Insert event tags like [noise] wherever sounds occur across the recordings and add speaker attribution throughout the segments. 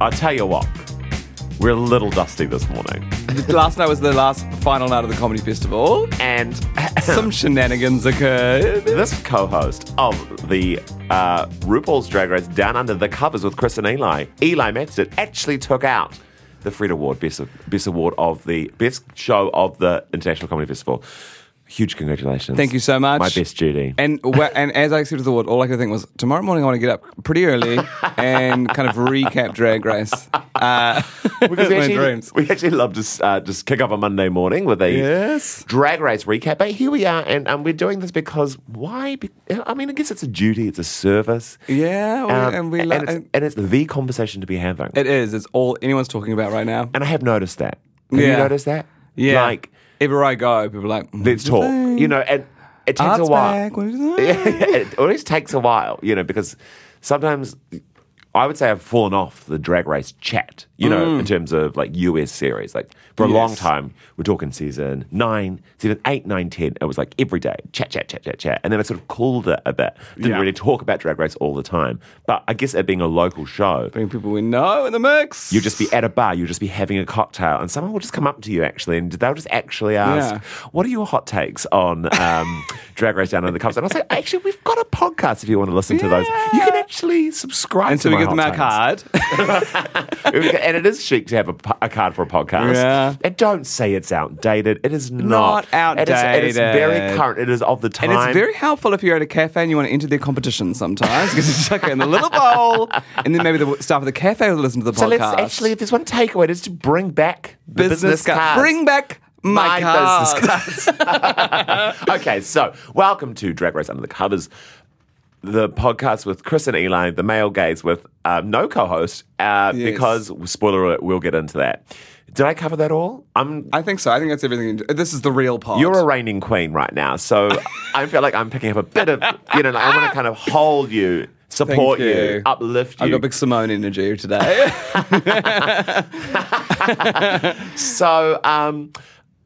Speaker 1: I'll tell you what, we're a little dusty this morning.
Speaker 2: last night was the last final night of the
Speaker 1: [laughs]
Speaker 2: comedy festival.
Speaker 1: And
Speaker 2: Some shenanigans occurred.
Speaker 1: this co host of the uh, RuPaul's Drag Race Down Under the Covers with Chris and Eli, Eli Matson, actually took out the Fred Award, best, best award of the best show of the International Comedy Festival. Huge congratulations.
Speaker 2: Thank you so much.
Speaker 1: My best duty.
Speaker 2: And wh- and as I accepted the award, all I could think was tomorrow morning I want to get up pretty early and kind of recap Drag Race. Uh, [laughs]
Speaker 1: Because we
Speaker 2: my
Speaker 1: actually,
Speaker 2: dreams.
Speaker 1: we actually love to uh, just kick off a Monday morning with a
Speaker 2: Yes.
Speaker 1: drag race recap. But here we are, and um, we're doing this because why? Be- I mean, I guess it's a duty, it's a service.
Speaker 2: Yeah, we-
Speaker 1: Um,
Speaker 2: and we lo-
Speaker 1: and, it's, and it's the conversation to be having.
Speaker 2: It is. It's all anyone's talking about right now.
Speaker 1: and I have noticed that. Have you
Speaker 2: Yeah.
Speaker 1: noticed that?
Speaker 2: Yeah.
Speaker 1: Like,
Speaker 2: everywhere I go, people are like, "Mm,
Speaker 1: let's talk. Mm-hmm. You know, and it takes a
Speaker 2: Art's
Speaker 1: while.
Speaker 2: back. What do you
Speaker 1: [laughs]
Speaker 2: think?
Speaker 1: Yeah, it always takes a while, you know, because sometimes I would say I've fallen off the drag race chat, you know, in terms of like US series. Like for a long
Speaker 2: Mm. Yes.
Speaker 1: time, we're talking season nine, season eight, nine, ten. It was like every day, chat, chat, chat, chat, chat. And then I sort of cooled it a bit. Didn't
Speaker 2: Yeah.
Speaker 1: really talk about drag race all the time. But I guess it being a local show,
Speaker 2: Bring people we know in the mix.
Speaker 1: You'll just be at a bar, you'll just be having a cocktail, and someone will just come up to you actually, and they'll just actually ask,
Speaker 2: Yeah.
Speaker 1: "What are your hot takes on
Speaker 2: [laughs]
Speaker 1: um, Drag Race Down Under the Covers?" And I'll say, "Actually, we've got a podcast if you want to listen to those. You can actually subscribe."
Speaker 2: and so
Speaker 1: to
Speaker 2: we
Speaker 1: my
Speaker 2: give them our
Speaker 1: hot
Speaker 2: card. [laughs]
Speaker 1: [laughs] takes. and it is chic to have a, po- a card for a podcast.
Speaker 2: Yeah.
Speaker 1: And don't say it's outdated. It is not,
Speaker 2: Not
Speaker 1: It is- It is, very
Speaker 2: outdated.
Speaker 1: current. It is of the time.
Speaker 2: And it's very helpful if you're at a cafe and you want to enter their competition sometimes because you chuck it in a little bowl, and then maybe the staff of the cafe will listen to the
Speaker 1: so
Speaker 2: podcast.
Speaker 1: let's actually, if there's one takeaway, it is to bring back the
Speaker 2: business, card.
Speaker 1: cards.
Speaker 2: Bring back my, card.
Speaker 1: business cards. [laughs] okay, so welcome to Drag Race Under the Covers, the podcast with Chris and Eli, the male gaze with um, no co-host, uh,
Speaker 2: Yes.
Speaker 1: because spoiler alert, we'll get into that. Did I cover that all? I'm.
Speaker 2: [laughs] I think so. I think that's everything. This is the real part.
Speaker 1: You're a reigning queen right now,
Speaker 2: [laughs]
Speaker 1: so I feel like I'm picking up a bit of, you know, like I want to kind of hold you, support you.
Speaker 2: you.
Speaker 1: uplift you.
Speaker 2: I've got big Simone
Speaker 1: [laughs]
Speaker 2: energy today.
Speaker 1: so, um,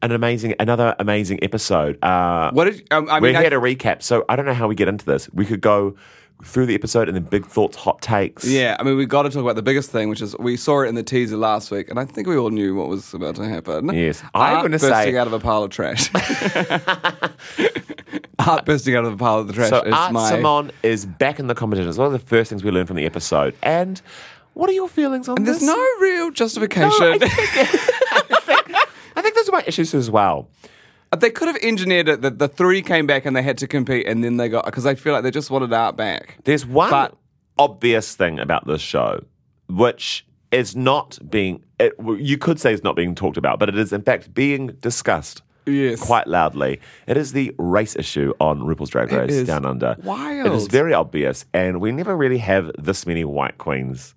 Speaker 1: an amazing, another amazing episode. Uh,
Speaker 2: what did um, I
Speaker 1: We're
Speaker 2: mean? I-
Speaker 1: here to recap, so I don't know how we get into this. We could go through the episode and then big thoughts, hot takes.
Speaker 2: [laughs] yeah, I mean, we got to talk about the biggest thing, which is we saw it in the teaser last week, and I think we all knew what was about to happen.
Speaker 1: Yes. I'm
Speaker 2: Art
Speaker 1: gonna say-
Speaker 2: bursting out of a pile of
Speaker 1: [laughs]
Speaker 2: trash. [laughs] Art bursting out of a pile of trash
Speaker 1: So
Speaker 2: is
Speaker 1: Art
Speaker 2: my.
Speaker 1: Simon is back in the competition. It's one of the first things we learned from the episode. And what are your feelings on
Speaker 2: There's
Speaker 1: this?
Speaker 2: no real
Speaker 1: No, I
Speaker 2: [laughs] justification.
Speaker 1: I think those are my issues as well.
Speaker 2: they could have engineered it that the three came back and they had to compete, and then they got because I feel like they just wanted Art back.
Speaker 1: There's one
Speaker 2: But-
Speaker 1: obvious thing about this show, which is not being. It, you could say it's not being talked about, but it is in fact being discussed.
Speaker 2: Yes.
Speaker 1: quite loudly. It is the race issue on RuPaul's Drag Race
Speaker 2: is
Speaker 1: Down Under. It is
Speaker 2: wild.
Speaker 1: very obvious, and we never really have this many white queens.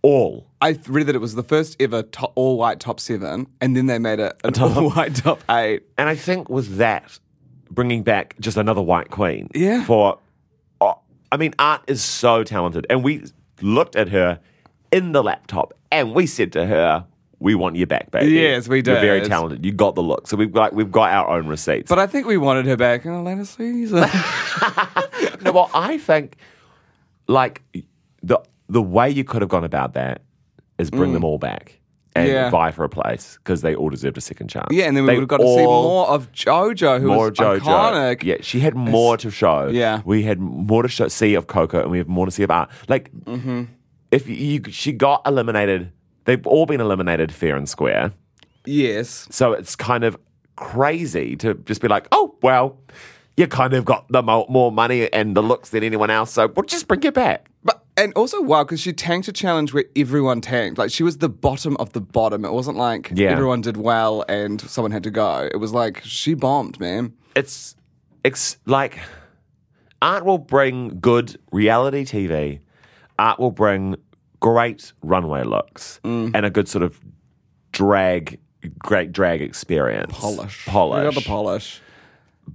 Speaker 1: All
Speaker 2: I th- read that it was the first ever to- all white top seven, and then they made it an all white top eight.
Speaker 1: And I think with that, bringing back just another white queen.
Speaker 2: Yeah.
Speaker 1: For, oh, I mean, Art is so talented. And we looked at her in the laptop and we said to her, we want you back, baby.
Speaker 2: Yes, we
Speaker 1: You're very
Speaker 2: did.
Speaker 1: talented. You got the look. So we've got, we've got our own receipts.
Speaker 2: But I think we wanted her back in a
Speaker 1: [laughs]
Speaker 2: later season.
Speaker 1: no, well, I think, Mm. like, the, the way you could have gone about that is bring them all back. and
Speaker 2: Yeah.
Speaker 1: vie for a place because they all deserved a second chance.
Speaker 2: Yeah, and then we
Speaker 1: They
Speaker 2: would have got to see
Speaker 1: all-
Speaker 2: more of JoJo, who
Speaker 1: more
Speaker 2: was
Speaker 1: JoJo.
Speaker 2: iconic.
Speaker 1: Yeah, she had more to show.
Speaker 2: yeah.
Speaker 1: we had more to show, see of Coco, and we have more to see of art. Like,
Speaker 2: Mm-hmm.
Speaker 1: if you, she got eliminated, they've all been eliminated fair and square.
Speaker 2: Yes.
Speaker 1: So it's kind of crazy to just be like, oh well, you kind of got the mo- more money and the looks than anyone else, so we'll just bring you back.
Speaker 2: But and also wow, because she tanked a challenge where everyone tanked. Like she was the bottom of the bottom. It wasn't like
Speaker 1: Yeah.
Speaker 2: everyone did well and someone had to go. It was like she bombed, man.
Speaker 1: it's it's like art will bring good reality TV. Art will bring great runway looks
Speaker 2: Mm.
Speaker 1: and a good sort of drag, great drag experience.
Speaker 2: Polish. We got
Speaker 1: polish.
Speaker 2: the polish.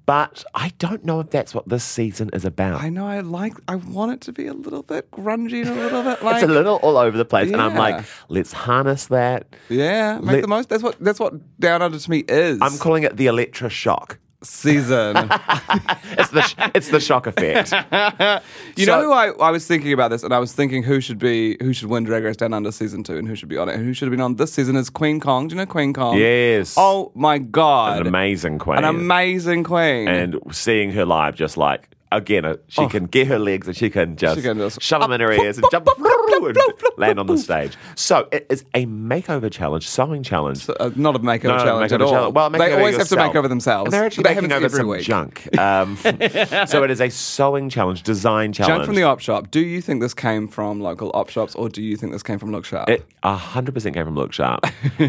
Speaker 1: but I don't know if that's what this season is about.
Speaker 2: I know I like I want it to be a little bit grungy and a little bit like
Speaker 1: [laughs] it's a little all over the place, and I'm
Speaker 2: Yeah.
Speaker 1: like, let's harness that.
Speaker 2: Yeah. Make
Speaker 1: Let-
Speaker 2: the most that's what that's what Down Under to me is.
Speaker 1: I'm calling it the electro shock. [laughs]
Speaker 2: season.
Speaker 1: It's the sh- it's the shock effect.
Speaker 2: [laughs] You
Speaker 1: So-
Speaker 2: know who I, I was thinking about this, and I was thinking who should be who should win Drag Race Down Under season two, and who should be on it, and who should have been on this season is Queen Kong. Do you know Queen Kong?
Speaker 1: Yes.
Speaker 2: Oh my god,
Speaker 1: An amazing queen.
Speaker 2: An amazing queen.
Speaker 1: and seeing her live, just like again, uh, she can get her legs and she can just,
Speaker 2: Oh. She can just-
Speaker 1: shove them in her ears and jump and land on the stage. So it is a makeover challenge, sewing challenge.
Speaker 2: Uh, not a makeover
Speaker 1: No,
Speaker 2: challenge
Speaker 1: makeover
Speaker 2: at all.
Speaker 1: challenge. Well,
Speaker 2: they
Speaker 1: makeover
Speaker 2: always
Speaker 1: yourself.
Speaker 2: have to make over themselves.
Speaker 1: And they're actually
Speaker 2: That
Speaker 1: making
Speaker 2: happens
Speaker 1: over
Speaker 2: every
Speaker 1: some
Speaker 2: week.
Speaker 1: junk. Um, [laughs] so it is a sewing challenge, design challenge.
Speaker 2: Junk from the op shop. Do you think this came from local op shops, or do you think this came from Look Sharp?
Speaker 1: It 100% came from Look Sharp.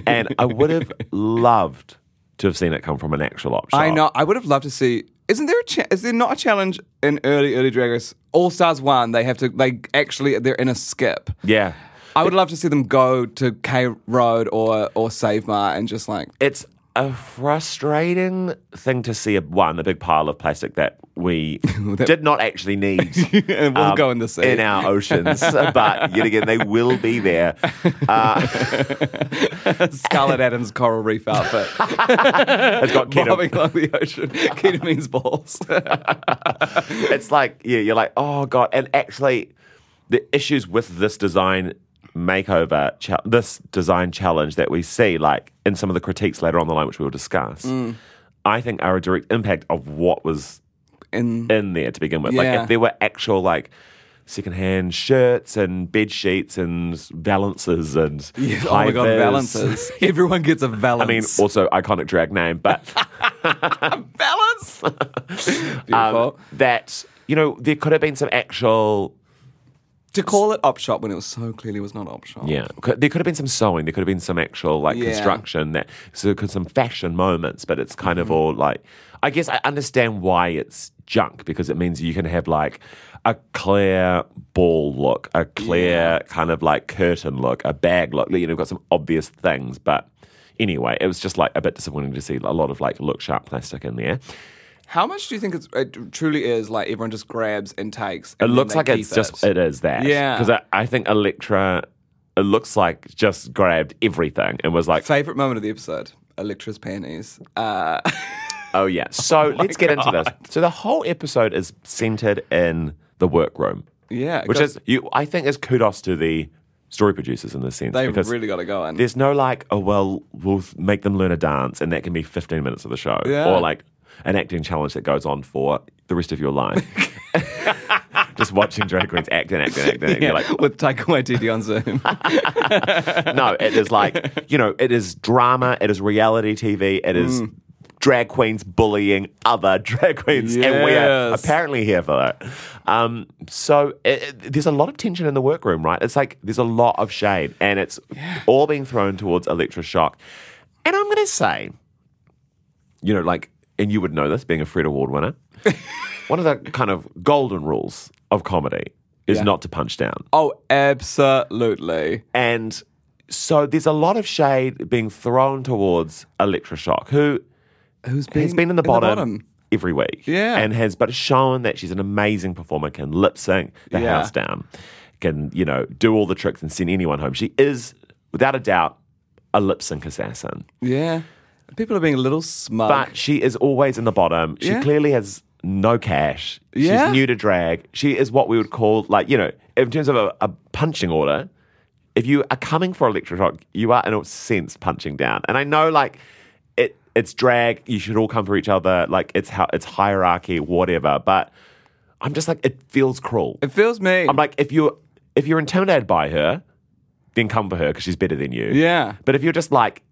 Speaker 1: and I would
Speaker 2: [laughs]
Speaker 1: have loved to have seen it come from an actual op shop.
Speaker 2: I know. I would have loved to see. Isn't there a cha- is there not a challenge in early early Drag Race All Stars One? They have to. They actually they're in a skip.
Speaker 1: Yeah.
Speaker 2: I would love to see them go to K Road or or Save Mar and just like
Speaker 1: it's a frustrating thing to see a, one a big pile of plastic that
Speaker 2: [laughs]
Speaker 1: we did not actually need
Speaker 2: we'll
Speaker 1: um,
Speaker 2: go in the sea.
Speaker 1: in our
Speaker 2: [laughs]
Speaker 1: oceans but yet again they will be there [laughs]
Speaker 2: Scarlett Adams coral reef outfit,
Speaker 1: it's got [laughs]
Speaker 2: bobbing
Speaker 1: keto.
Speaker 2: along the ocean. Keto means balls.
Speaker 1: [laughs] it's like yeah you're like oh god and actually the issues with this design makeover cha- this design challenge that we see like in some of the critiques later on the line which we will discuss
Speaker 2: Mm.
Speaker 1: i think are a direct impact of what was
Speaker 2: and
Speaker 1: in there to begin with. Like
Speaker 2: Yeah.
Speaker 1: if there were actual like secondhand shirts and bed sheets and valances and
Speaker 2: [laughs] yeah, oh my god,
Speaker 1: hivers.
Speaker 2: balances. Everyone gets a
Speaker 1: I mean,
Speaker 2: balance.
Speaker 1: also iconic drag name,
Speaker 2: [laughs]
Speaker 1: but
Speaker 2: balance.
Speaker 1: [laughs]
Speaker 2: Beautiful.
Speaker 1: um, that you know there could have been some actual
Speaker 2: to call it op shop when it was so clearly was not op shop.
Speaker 1: yeah could- there could have been some sewing, there could have been some actual like
Speaker 2: Yeah.
Speaker 1: construction that so there could some fashion moments, but it's kind of
Speaker 2: Mm-hmm.
Speaker 1: all like I guess I understand why it's junk because it means you can have like a clear ball look, a clear kind of like curtain look, a bag look. You know, you've got some obvious things, but anyway, it was just like a bit disappointing to see a lot of like look sharp plastic in there.
Speaker 2: How much do you think it's, it truly is? Like everyone just grabs and takes.
Speaker 1: It
Speaker 2: and then
Speaker 1: looks
Speaker 2: they
Speaker 1: like it's
Speaker 2: keep
Speaker 1: just it
Speaker 2: it.
Speaker 1: is that.
Speaker 2: Yeah.
Speaker 1: because I, I think Electra. It looks like just grabbed everything and was like,
Speaker 2: favorite moment of the episode. Electra's panties. Uh,
Speaker 1: Oh
Speaker 2: [laughs]
Speaker 1: yeah. So let's get into this. So the whole episode is centered in the workroom.
Speaker 2: Yeah, it
Speaker 1: Which
Speaker 2: goes-
Speaker 1: is you I think is kudos to the story producers in this sense.
Speaker 2: they've
Speaker 1: because
Speaker 2: really got it going.
Speaker 1: there's no like, oh well, we'll f- make them learn a dance and that can be fifteen minutes of the show.
Speaker 2: Yeah.
Speaker 1: Or like an acting challenge that goes on for the rest of your
Speaker 2: [laughs]
Speaker 1: life. [laughs] Just watching drag queens act and act and act and act.
Speaker 2: yeah,
Speaker 1: You're like,
Speaker 2: [laughs] with Taika Waititi on
Speaker 1: [laughs]
Speaker 2: Zoom.
Speaker 1: no, it is like, you know, it is drama, it is reality TV, it is
Speaker 2: Mm.
Speaker 1: drag queens bullying other [laughs] drag queens. And we are
Speaker 2: Yes.
Speaker 1: apparently here for that. Um, so it, it- there's a lot of tension in the workroom, right? It's like there's a lot of shade and it's all being thrown towards Electroshock. And I'm going to say, you know, like, and you would know this being a Fred Award
Speaker 2: [laughs]
Speaker 1: winner, one of the kind of golden rules of comedy is
Speaker 2: Yeah.
Speaker 1: not to punch down.
Speaker 2: oh, absolutely.
Speaker 1: And so there's a lot of shade being thrown towards Electroshock, who
Speaker 2: Who's
Speaker 1: has been in the, bottom, every week.
Speaker 2: Yeah.
Speaker 1: And has but shown that she's an amazing performer, can lip sync the
Speaker 2: Yeah.
Speaker 1: house down, can, you know, do all the tricks and send anyone home. She is, without a doubt, a lip sync assassin.
Speaker 2: Yeah. People are being a little smug.
Speaker 1: But she is always in the bottom. She
Speaker 2: Yeah.
Speaker 1: clearly has no cash.
Speaker 2: Yeah.
Speaker 1: She's new to drag. She is what we would call, like, you know, in terms of a, a punching order, if you are coming for electric shock, you are in a sense punching down. And I know like it it's drag, you should all come for each other, like it's how it's hierarchy, whatever, but I'm just like it feels cruel.
Speaker 2: It feels me.
Speaker 1: I'm like, if you're if you're intimidated by her, then come for her because she's better than you.
Speaker 2: Yeah.
Speaker 1: But if you're just like,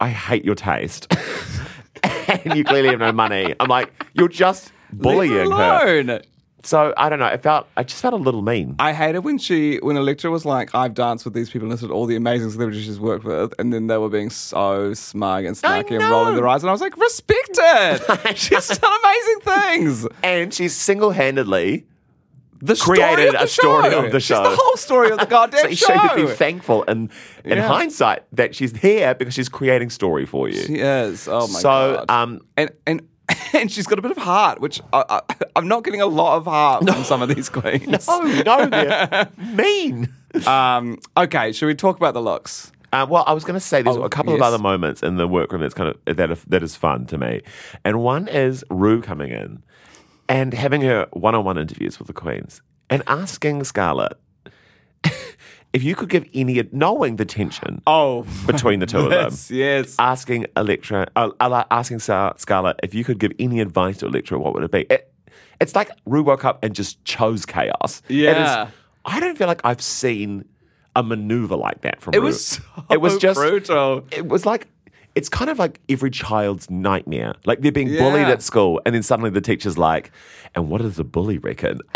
Speaker 1: I hate your taste, [laughs] and you clearly have no money, I'm like, you're just
Speaker 2: Leave
Speaker 1: bullying her.
Speaker 2: alone.
Speaker 1: So I don't know. It felt I just felt a little mean.
Speaker 2: I hated when she when Electra was like, I've danced with these people and listed all the amazing celebrities she's worked with, and then they were being so smug and
Speaker 1: I
Speaker 2: snarky and rolling
Speaker 1: know.
Speaker 2: their eyes, and I was like, respect
Speaker 1: [laughs]
Speaker 2: it. she's done amazing things.
Speaker 1: and she's single handedly.
Speaker 2: The
Speaker 1: Created
Speaker 2: story of the
Speaker 1: a story
Speaker 2: show.
Speaker 1: of the show.
Speaker 2: She's the whole
Speaker 1: [laughs]
Speaker 2: story of the
Speaker 1: So
Speaker 2: goddamn
Speaker 1: you
Speaker 2: show.
Speaker 1: should be thankful in, in
Speaker 2: Yeah.
Speaker 1: hindsight that she's here because she's creating story for you.
Speaker 2: She is. Oh my
Speaker 1: So,
Speaker 2: god.
Speaker 1: um,
Speaker 2: and and [laughs] and she's got a bit of heart, which I, [laughs] I, I'm not getting a lot of heart from some
Speaker 1: [laughs]
Speaker 2: of these queens.
Speaker 1: oh no,
Speaker 2: [laughs]
Speaker 1: they're mean.
Speaker 2: Um, okay, should we talk about the looks?
Speaker 1: Uh, well, I was going to say there's
Speaker 2: Oh,
Speaker 1: a couple of
Speaker 2: yes.
Speaker 1: other moments in the workroom that's kind of that that is fun to me, and one is Rue coming in and having her one-on-one interviews with the queens and asking Scarlett [laughs] if you could give any, knowing the tension
Speaker 2: Oh, [laughs]
Speaker 1: between the two of them,
Speaker 2: yes, yes.
Speaker 1: asking Electra, uh, uh, asking Scar- Scarlett if you could give any advice to Electra, what would it be? It, it's like Rue woke up and just chose chaos. It is-
Speaker 2: Yeah.
Speaker 1: I don't feel like I've seen a maneuver like that from
Speaker 2: It
Speaker 1: Rue.
Speaker 2: was so
Speaker 1: it was just
Speaker 2: brutal.
Speaker 1: It was like. It's kind of like every child's nightmare. Like they're being
Speaker 2: Yeah.
Speaker 1: bullied at school, and then suddenly the teacher's like, "And what does the bully reckon [laughs]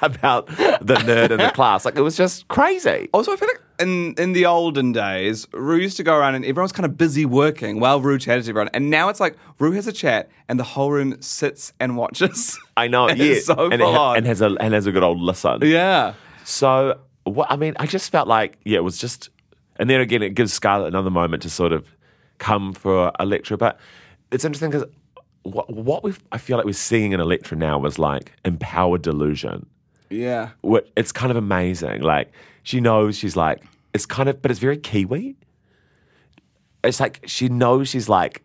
Speaker 1: about the nerd
Speaker 2: [laughs]
Speaker 1: in the class?" Like it was just crazy.
Speaker 2: Also, Oh, I feel like in, in the olden days, Rue used to go around and everyone was kind of busy working while Rue chatted to everyone. And now it's like Rue has a chat and the whole room sits and watches.
Speaker 1: [laughs] I know,
Speaker 2: [laughs] It's
Speaker 1: yeah,
Speaker 2: so
Speaker 1: and, it
Speaker 2: full
Speaker 1: ha-
Speaker 2: on.
Speaker 1: and has a and has a good old listen.
Speaker 2: yeah.
Speaker 1: So what I mean, I just felt like yeah, it was just, and then again, it gives Scarlett another moment to sort of come for Electra. But it's interesting because what what we I feel like we're seeing in Electra now was like empowered delusion.
Speaker 2: Yeah.
Speaker 1: What it's kind of amazing. Like she knows she's like it's kind of, but it's very Kiwi. It's like she knows she's like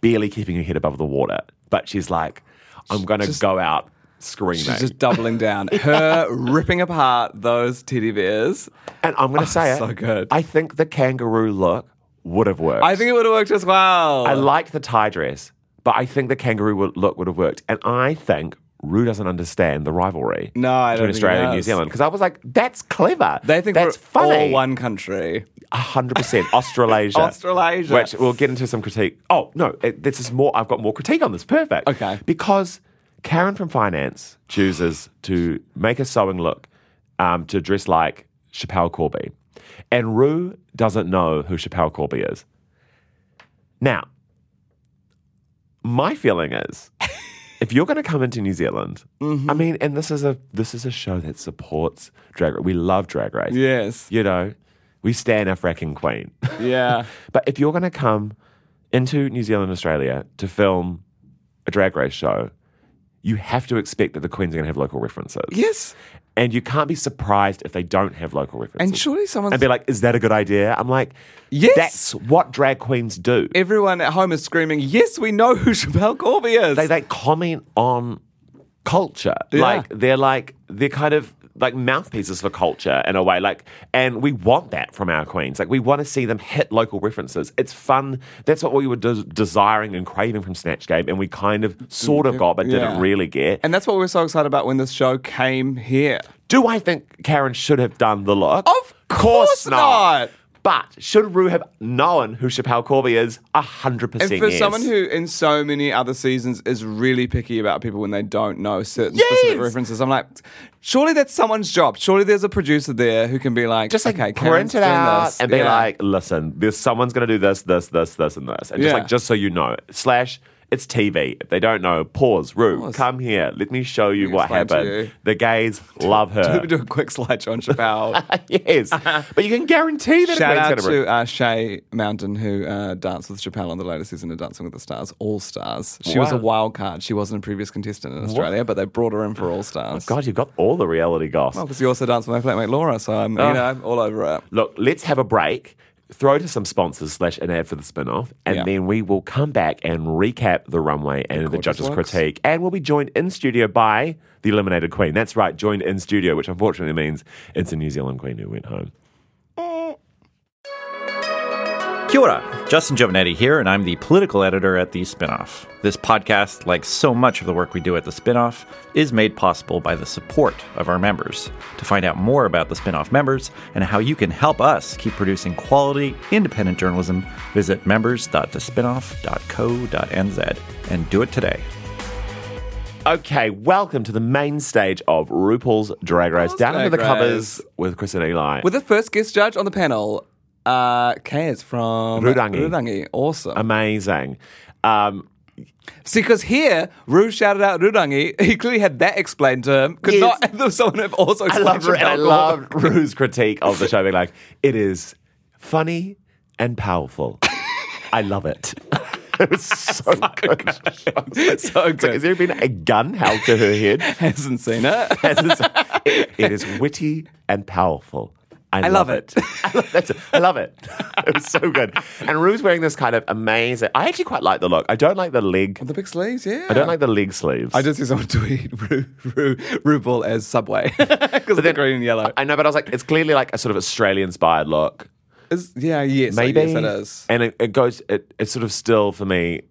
Speaker 1: barely keeping her head above the water, but she's like, I'm gonna go out screaming.
Speaker 2: She's just
Speaker 1: [laughs]
Speaker 2: doubling down. Her ripping apart those teddy bears.
Speaker 1: And I'm going to say it.
Speaker 2: Oh, so good.
Speaker 1: I think the kangaroo look would have worked.
Speaker 2: I think it would have worked as well.
Speaker 1: I liked the tie dress, but I think the kangaroo wo- look would have worked. And I think Rue doesn't understand the rivalry.
Speaker 2: No, I
Speaker 1: between
Speaker 2: don't think he
Speaker 1: Australia and New
Speaker 2: does.
Speaker 1: Zealand because I was like, that's clever.
Speaker 2: they think
Speaker 1: that's
Speaker 2: we're all
Speaker 1: funny.
Speaker 2: one country.
Speaker 1: hundred percent Australasia.
Speaker 2: Australasia.
Speaker 1: Which we'll get into some critique. Oh no, it, this is more. I've got more critique on this. Perfect.
Speaker 2: Okay.
Speaker 1: Because Karen from finance chooses to make a sewing look um, to dress like Chappelle Corby, and Rue doesn't know who Chappelle Corby is. Now, my feeling is. If you're going to come into New Zealand,
Speaker 2: Mm-hmm.
Speaker 1: I mean, and this is a this is a show that supports drag race. We love drag race
Speaker 2: Yes.
Speaker 1: you know, we stand our fracking queen. [laughs]
Speaker 2: Yeah.
Speaker 1: but if you're going to come into New Zealand, Australia to film a drag race show, you have to expect that the queens are going to have local references.
Speaker 2: yes.
Speaker 1: And you can't be surprised if they don't have local references.
Speaker 2: And surely someone's.
Speaker 1: And be like, is that a good idea? I'm like,
Speaker 2: Yes.
Speaker 1: That's what drag queens do.
Speaker 2: everyone at home is screaming, Yes, we know who Chappelle Corby is.
Speaker 1: they they comment on culture.
Speaker 2: Yeah.
Speaker 1: Like they're like they're kind of like mouthpieces for culture in a way. Like and we want that from our queens. Like we want to see them hit local references. It's fun. That's what we were des- desiring and craving from Snatch Game, and we kind of sort of got, but didn't
Speaker 2: Mm-hmm. Yeah.
Speaker 1: really get.
Speaker 2: and that's what we were so excited about when this show came here.
Speaker 1: Do I think Karen should have done the look?
Speaker 2: Of course not.
Speaker 1: But should Rue have known who Chappelle Corby is? A hundred
Speaker 2: And
Speaker 1: percent.
Speaker 2: for
Speaker 1: yes.
Speaker 2: someone who, in so many other seasons, is really picky about people when they don't know certain specific
Speaker 1: Yes.
Speaker 2: references, I'm like, surely that's someone's job. Surely there's a producer there who can be like,
Speaker 1: just like
Speaker 2: okay, Karen's
Speaker 1: print it
Speaker 2: doing
Speaker 1: out
Speaker 2: this.
Speaker 1: and be
Speaker 2: Yeah.
Speaker 1: like, listen, there's someone's gonna do this, this, this, this, and this, and just
Speaker 2: Yeah.
Speaker 1: like just so you know. Slash, it's TV. If they don't know, pause. Rue,
Speaker 2: Pause.
Speaker 1: come here. Let me show you what
Speaker 2: explain to
Speaker 1: happened.
Speaker 2: you.
Speaker 1: The gays love
Speaker 2: [laughs] Let me
Speaker 1: her.
Speaker 2: [laughs] do a quick slideshow on Chappelle.
Speaker 1: yes, but [laughs] you can guarantee that
Speaker 2: Shout
Speaker 1: it's
Speaker 2: out
Speaker 1: gonna bring-
Speaker 2: to uh, Shay Mountain, who uh, danced with Chappelle on the latest season of Dancing with the Stars, All Stars. She was
Speaker 1: Wow.
Speaker 2: a wild card. She wasn't a previous contestant in Australia, but they brought her in for All Stars.
Speaker 1: God, you've got all the reality goss.
Speaker 2: Because you also danced with my flatmate Laura, so I'm,
Speaker 1: Oh.
Speaker 2: you know, I'm all over it.
Speaker 1: Look, let's have a break. Throw to some sponsors slash an ad for the spin off, and
Speaker 2: Yeah.
Speaker 1: then we will come back and recap the runway and the judges'
Speaker 2: looks.
Speaker 1: critique. And we'll be joined in studio by the eliminated queen. That's right, joined in studio, which unfortunately means it's a New Zealand queen who went home.
Speaker 3: Kia ora. Justin Giovanetti here, and I'm the political editor at The Spinoff. This podcast, like so much of the work we do at The Spinoff, is made possible by the support of our members. To find out more about The Spinoff members and how you can help us keep producing quality, independent journalism, visit members.thespinoff.co.nz and do it today.
Speaker 1: Okay, welcome to the main stage of RuPaul's Drag Race. Down
Speaker 2: Drag
Speaker 1: under the
Speaker 2: Race.
Speaker 1: covers with Chris and Eli.
Speaker 2: With the first guest judge on the panel, uh, Kaz from
Speaker 1: Rurangi.
Speaker 2: Rurangi. Awesome.
Speaker 1: Amazing. Um,
Speaker 2: See, because here, Ru shouted out Rurangi. [laughs] He clearly had that explained to him. Could
Speaker 1: Yes.
Speaker 2: not there was [laughs] someone who also
Speaker 1: I
Speaker 2: explained
Speaker 1: love
Speaker 2: to
Speaker 1: and
Speaker 2: him
Speaker 1: I
Speaker 2: alcohol. [laughs]
Speaker 1: love Rue's critique of the show being like, it is funny and powerful. I love it. [laughs] It was [laughs] so, good.
Speaker 2: So
Speaker 1: It's like, has
Speaker 2: good.
Speaker 1: there been a gun held to her [laughs] head?
Speaker 2: Hasn't seen
Speaker 1: [laughs]
Speaker 2: it.
Speaker 1: it, it is witty and powerful. I,
Speaker 2: love it.
Speaker 1: I love, that's it. [laughs] I love it. It was so good. And Rue's wearing this kind of amazing. I actually quite like the look. I don't like the leg.
Speaker 2: the big sleeves, yeah.
Speaker 1: I don't like the leg sleeves.
Speaker 2: I just see someone [laughs] tweet Ru, Ru, Ru Ball as Subway [laughs] because they're green and yellow.
Speaker 1: I know, but I was like, it's clearly like a sort of Australian-inspired look.
Speaker 2: Is- yeah, yes,
Speaker 1: maybe
Speaker 2: yes, it is.
Speaker 1: and it, it goes it, it sort of still for me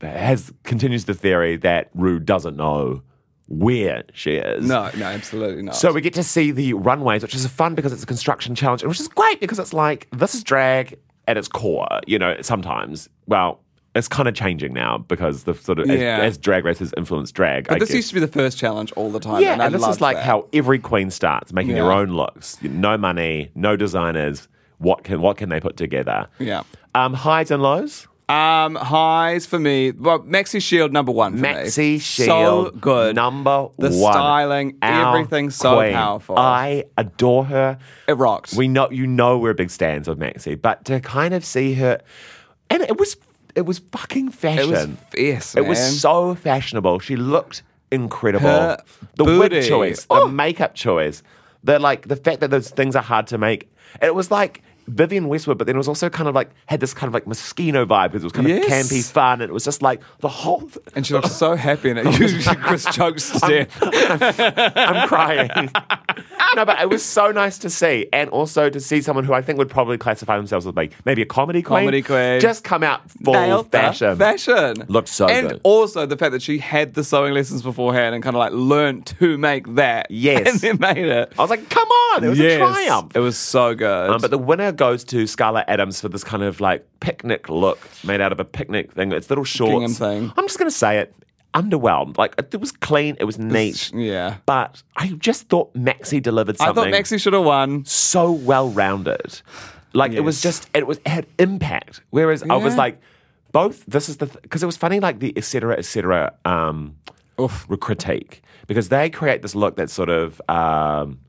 Speaker 1: has continues the theory that rue doesn't know where she is
Speaker 2: No, no, absolutely not.
Speaker 1: so we get to see the runways which is fun because it's a construction challenge which is great because it's like this is drag at its core you know sometimes well it's kind of changing now because the sort of
Speaker 2: Yeah.
Speaker 1: as, as drag race has influenced drag
Speaker 2: but
Speaker 1: I
Speaker 2: this
Speaker 1: guess.
Speaker 2: used to be the first challenge all the time.
Speaker 1: yeah and,
Speaker 2: and, I
Speaker 1: this
Speaker 2: loved
Speaker 1: is like
Speaker 2: that.
Speaker 1: how every queen starts making their
Speaker 2: Yeah.
Speaker 1: own looks no money no designers what can what can they put together
Speaker 2: Yeah.
Speaker 1: um, highs and lows
Speaker 2: Um, highs for me. Well, Maxi Shield number one. For me.
Speaker 1: Maxi Shield.
Speaker 2: so good.
Speaker 1: Number
Speaker 2: The
Speaker 1: one.
Speaker 2: styling,
Speaker 1: Our
Speaker 2: everything's so
Speaker 1: queen.
Speaker 2: powerful.
Speaker 1: I adore her.
Speaker 2: It rocked.
Speaker 1: We know you know we're big stands of Maxi, but to kind of see her and it was it was fucking
Speaker 2: it
Speaker 1: fashion.
Speaker 2: was fierce.
Speaker 1: It was
Speaker 2: man.
Speaker 1: so fashionable. She looked incredible.
Speaker 2: Her
Speaker 1: the wig
Speaker 2: booty. Oh.
Speaker 1: choice, the makeup choice, the like the fact that those things are hard to make. It was like Vivian Westwood, but then it was also kind of like had this kind of like Moschino vibe because it was kind of
Speaker 2: Yes.
Speaker 1: campy fun, and it was just like the whole.
Speaker 2: And she looked so
Speaker 1: [laughs]
Speaker 2: happy in it. You- Chris chokes to death.
Speaker 1: I'm crying. no, but it was so nice to see, and also to see someone who I think would probably classify themselves as like maybe a comedy queen,
Speaker 2: Comedy queen.
Speaker 1: just come out [laughs] full
Speaker 2: Nailed that.
Speaker 1: fashion.
Speaker 2: Fashion.
Speaker 1: Looked so
Speaker 2: And
Speaker 1: good.
Speaker 2: also the fact that she had the sewing lessons beforehand and kind of like learned to make that. [laughs]
Speaker 1: Yes.
Speaker 2: And then made it.
Speaker 1: I was like, come on, it was
Speaker 2: yes.
Speaker 1: a triumph.
Speaker 2: It was so good.
Speaker 1: Um, but the winner goes to Scarlett Adams for this kind of like picnic look made out of a picnic thing. It's little shorts.
Speaker 2: Gingham thing.
Speaker 1: I'm just going to say it. Underwhelmed. Like it was clean. It was neat.
Speaker 2: yeah.
Speaker 1: But I just thought Maxi delivered
Speaker 2: I
Speaker 1: something
Speaker 2: thought Maxi should have won.
Speaker 1: so well rounded. Like it was
Speaker 2: Yes.
Speaker 1: just it was it had impact. Whereas I was
Speaker 2: Yeah.
Speaker 1: like, both. This is the because it was funny like the etc cetera, etc. Cetera, um, re- critique because they create this look that's sort of. Um,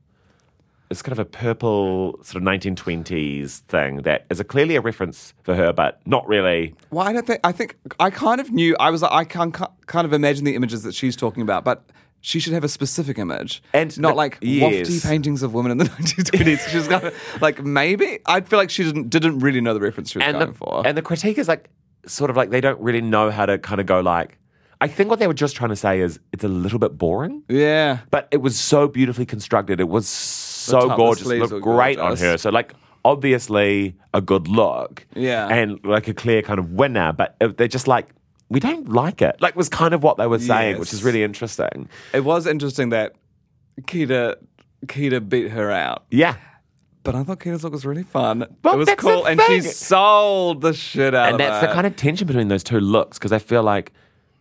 Speaker 1: it's kind of a purple sort of 1920s thing that is a clearly a reference for her, but not really.
Speaker 2: Well, I don't think. I think I kind of knew. I was like, I can not kind of imagine the images that she's talking about, but she should have a specific image
Speaker 1: And
Speaker 2: not
Speaker 1: the-
Speaker 2: like
Speaker 1: yes.
Speaker 2: wafty paintings of women in the [laughs] 1920s. she's kind of, like maybe I feel like she didn't didn't really know the reference she was
Speaker 1: and
Speaker 2: going
Speaker 1: the,
Speaker 2: for.
Speaker 1: And the critique is like, sort of like they don't really know how to kind of go like. I think what they were just trying to say is it's a little bit boring.
Speaker 2: yeah,
Speaker 1: but it was so beautifully constructed. It was so
Speaker 2: top, the
Speaker 1: gorgeous. It
Speaker 2: sleeves
Speaker 1: looked
Speaker 2: were
Speaker 1: great
Speaker 2: gorgeous.
Speaker 1: on her. So like obviously a good look.
Speaker 2: Yeah.
Speaker 1: And like a clear kind of winner, but it- they're just like we don't like it. Like was kind of what they were saying, which is
Speaker 2: Yes.
Speaker 1: really interesting.
Speaker 2: it was interesting that Keita Keita beat her out,
Speaker 1: Yeah.
Speaker 2: but I thought Keita's look was really fun.
Speaker 1: Well,
Speaker 2: it was
Speaker 1: that's the
Speaker 2: cool, and she
Speaker 1: thing.
Speaker 2: sold the shit out.
Speaker 1: And that's the kind of tension between those two looks because I feel like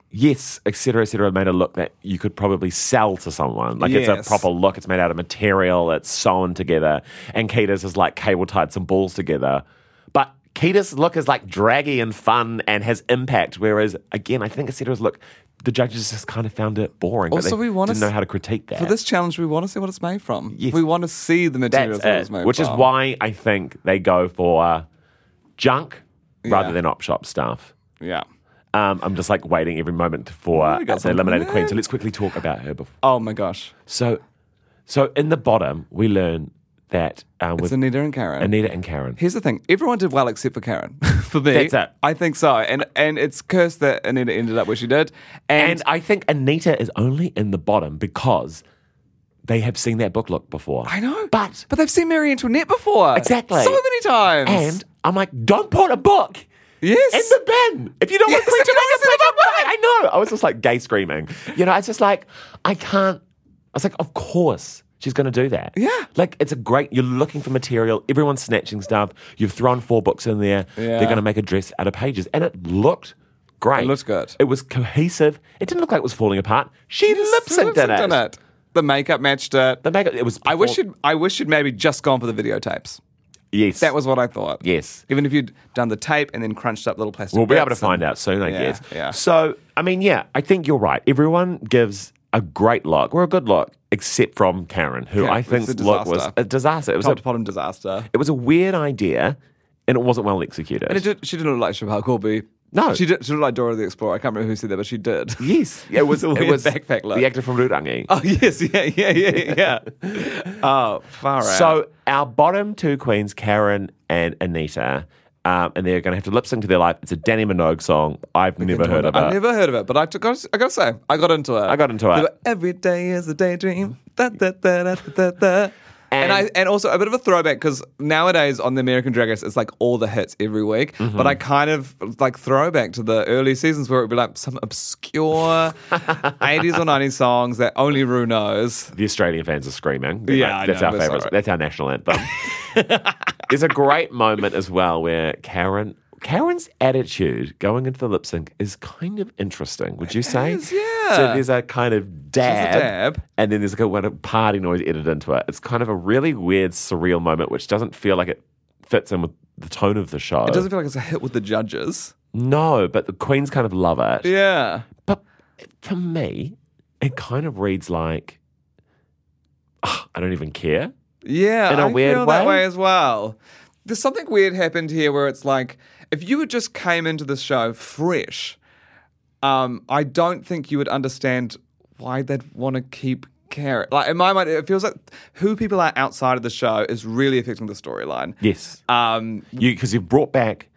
Speaker 1: Yes, et cetera, et cetera, made a look that you could probably sell to someone. Like it's
Speaker 2: Yes.
Speaker 1: a proper look. It's made out of material. It's sewn together. And Keita's is like cable tied some balls together. But Keita's look is like draggy and fun and has impact. Whereas, again, I think et cetera's look, the judges just kind of found it boring. but
Speaker 2: Also,
Speaker 1: they
Speaker 2: we wanna
Speaker 1: didn't know
Speaker 2: s-
Speaker 1: how to critique that.
Speaker 2: for this challenge. We want to see what it's made from.
Speaker 1: Yes.
Speaker 2: We want to see the materials
Speaker 1: That's
Speaker 2: that it was
Speaker 1: it.
Speaker 2: made
Speaker 1: Which is
Speaker 2: from.
Speaker 1: why I think they go for junk rather
Speaker 2: Yeah.
Speaker 1: than op shop stuff.
Speaker 2: Yeah.
Speaker 1: Um, I'm just like waiting every moment for uh,
Speaker 2: we got
Speaker 1: the eliminated
Speaker 2: something
Speaker 1: queen.
Speaker 2: there.
Speaker 1: So let's quickly talk about her. Before.
Speaker 2: Oh my gosh.
Speaker 1: So, so in the bottom, we learn that um,
Speaker 2: It's
Speaker 1: with
Speaker 2: Anita and Karen.
Speaker 1: Anita and Karen.
Speaker 2: Here's the thing. Everyone did well except for Karen. [laughs] for me.
Speaker 1: That's it.
Speaker 2: I think so. And and it's cursed that Anita ended up where she did. And,
Speaker 1: And I think Anita is only in the bottom because They have seen that book look before.
Speaker 2: I know.
Speaker 1: But
Speaker 2: but they've seen Marie Antoinette before.
Speaker 1: Exactly.
Speaker 2: So many times.
Speaker 1: And I'm like, don't put a book
Speaker 2: Yes.
Speaker 1: in the bin. If you don't
Speaker 2: Yes,
Speaker 1: want queer
Speaker 2: if you
Speaker 1: to
Speaker 2: don't
Speaker 1: make a
Speaker 2: want
Speaker 1: bin,
Speaker 2: to
Speaker 1: I'm like, I know. I was just like gay screaming. You know, I was just like, I can't. I was like, of course she's going to do that.
Speaker 2: Yeah.
Speaker 1: Like, it's a great, you're looking for material. Everyone's snatching stuff. You've thrown four books in there.
Speaker 2: Yeah.
Speaker 1: They're going to make a dress out of pages. And it looked great.
Speaker 2: It looked good.
Speaker 1: It was cohesive. It didn't look like it was falling apart. She lip synced in it.
Speaker 2: Lip-synced it. The makeup matched it.
Speaker 1: The makeup, it was.
Speaker 2: I wish
Speaker 1: it.
Speaker 2: you'd I wish you'd maybe just gone for the videotapes.
Speaker 1: Yes.
Speaker 2: That was what I thought.
Speaker 1: Yes.
Speaker 2: Even if you'd done the tape and then crunched up little plastic.
Speaker 1: We'll be able to
Speaker 2: bits
Speaker 1: find
Speaker 2: and-
Speaker 1: out soon, I
Speaker 2: Yeah,
Speaker 1: guess.
Speaker 2: yeah.
Speaker 1: So, I mean, yeah, I think you're right. Everyone gives a great look or a good look, except from Karen, who
Speaker 2: Yeah,
Speaker 1: I
Speaker 2: it's
Speaker 1: think's
Speaker 2: a
Speaker 1: look was
Speaker 2: disaster.
Speaker 1: a disaster. It was
Speaker 2: Top
Speaker 1: a,
Speaker 2: to bottom disaster.
Speaker 1: it was a weird idea, and it wasn't well executed.
Speaker 2: And it did, she didn't look like Chappelle Corby.
Speaker 1: No.
Speaker 2: She, did, she looked like Dora the Explorer. I can't remember who said that, but she did.
Speaker 1: yes,
Speaker 2: [laughs]
Speaker 1: it was.
Speaker 2: a
Speaker 1: it
Speaker 2: weird
Speaker 1: was
Speaker 2: backpack look.
Speaker 1: The actor from Rurangi.
Speaker 2: [laughs] Oh, yes. Yeah, yeah, [laughs] yeah, yeah. oh, far out.
Speaker 1: So our bottom two queens, Karen and Anita, um, and they're going to have to lip sync to their life. It's a Danny Minogue song. I've never heard of it.
Speaker 2: I've never heard of it, but I, took, I gotta say, I got into it. I
Speaker 1: got into it.
Speaker 2: Every day is a daydream. Da, da, da, da, da, da.
Speaker 1: And-
Speaker 2: And, I and also a bit of a throwback because nowadays on the American Drag Race it's like all the hits every week, but I kind of like throwback to the early seasons where it would be like some [laughs] obscure eighties or nineties songs that only Rue knows.
Speaker 1: the Australian fans are screaming. They're like,
Speaker 2: Yeah, I
Speaker 1: that's
Speaker 2: know,
Speaker 1: our
Speaker 2: that's
Speaker 1: favorite.
Speaker 2: alright.
Speaker 1: That's our national anthem.
Speaker 2: [laughs]
Speaker 1: There's a great moment as well where Karen, Karen's attitude going into the lip sync is kind of interesting. Would you say?
Speaker 2: is, yeah.
Speaker 1: So there's a kind of dab,
Speaker 2: dab.
Speaker 1: and then there's like a kind of party noise added into it. It's kind of a really weird, surreal moment, which doesn't feel like it fits in with the tone of the show.
Speaker 2: It doesn't feel like it's a hit with the judges.
Speaker 1: No, but the queens kind of love it.
Speaker 2: Yeah.
Speaker 1: But to me, it kind of reads like. "Ah, I don't even care.
Speaker 2: Yeah,
Speaker 1: In a
Speaker 2: I
Speaker 1: weird
Speaker 2: feel that
Speaker 1: way?
Speaker 2: way as well. There's something weird happened here where it's like if you had just came into the show fresh, um, I don't think you would understand why they'd want to keep Carrot. Like in my mind, it feels like who people are outside of the show is really affecting the storyline.
Speaker 1: Yes,
Speaker 2: Um,
Speaker 1: you because you've brought back,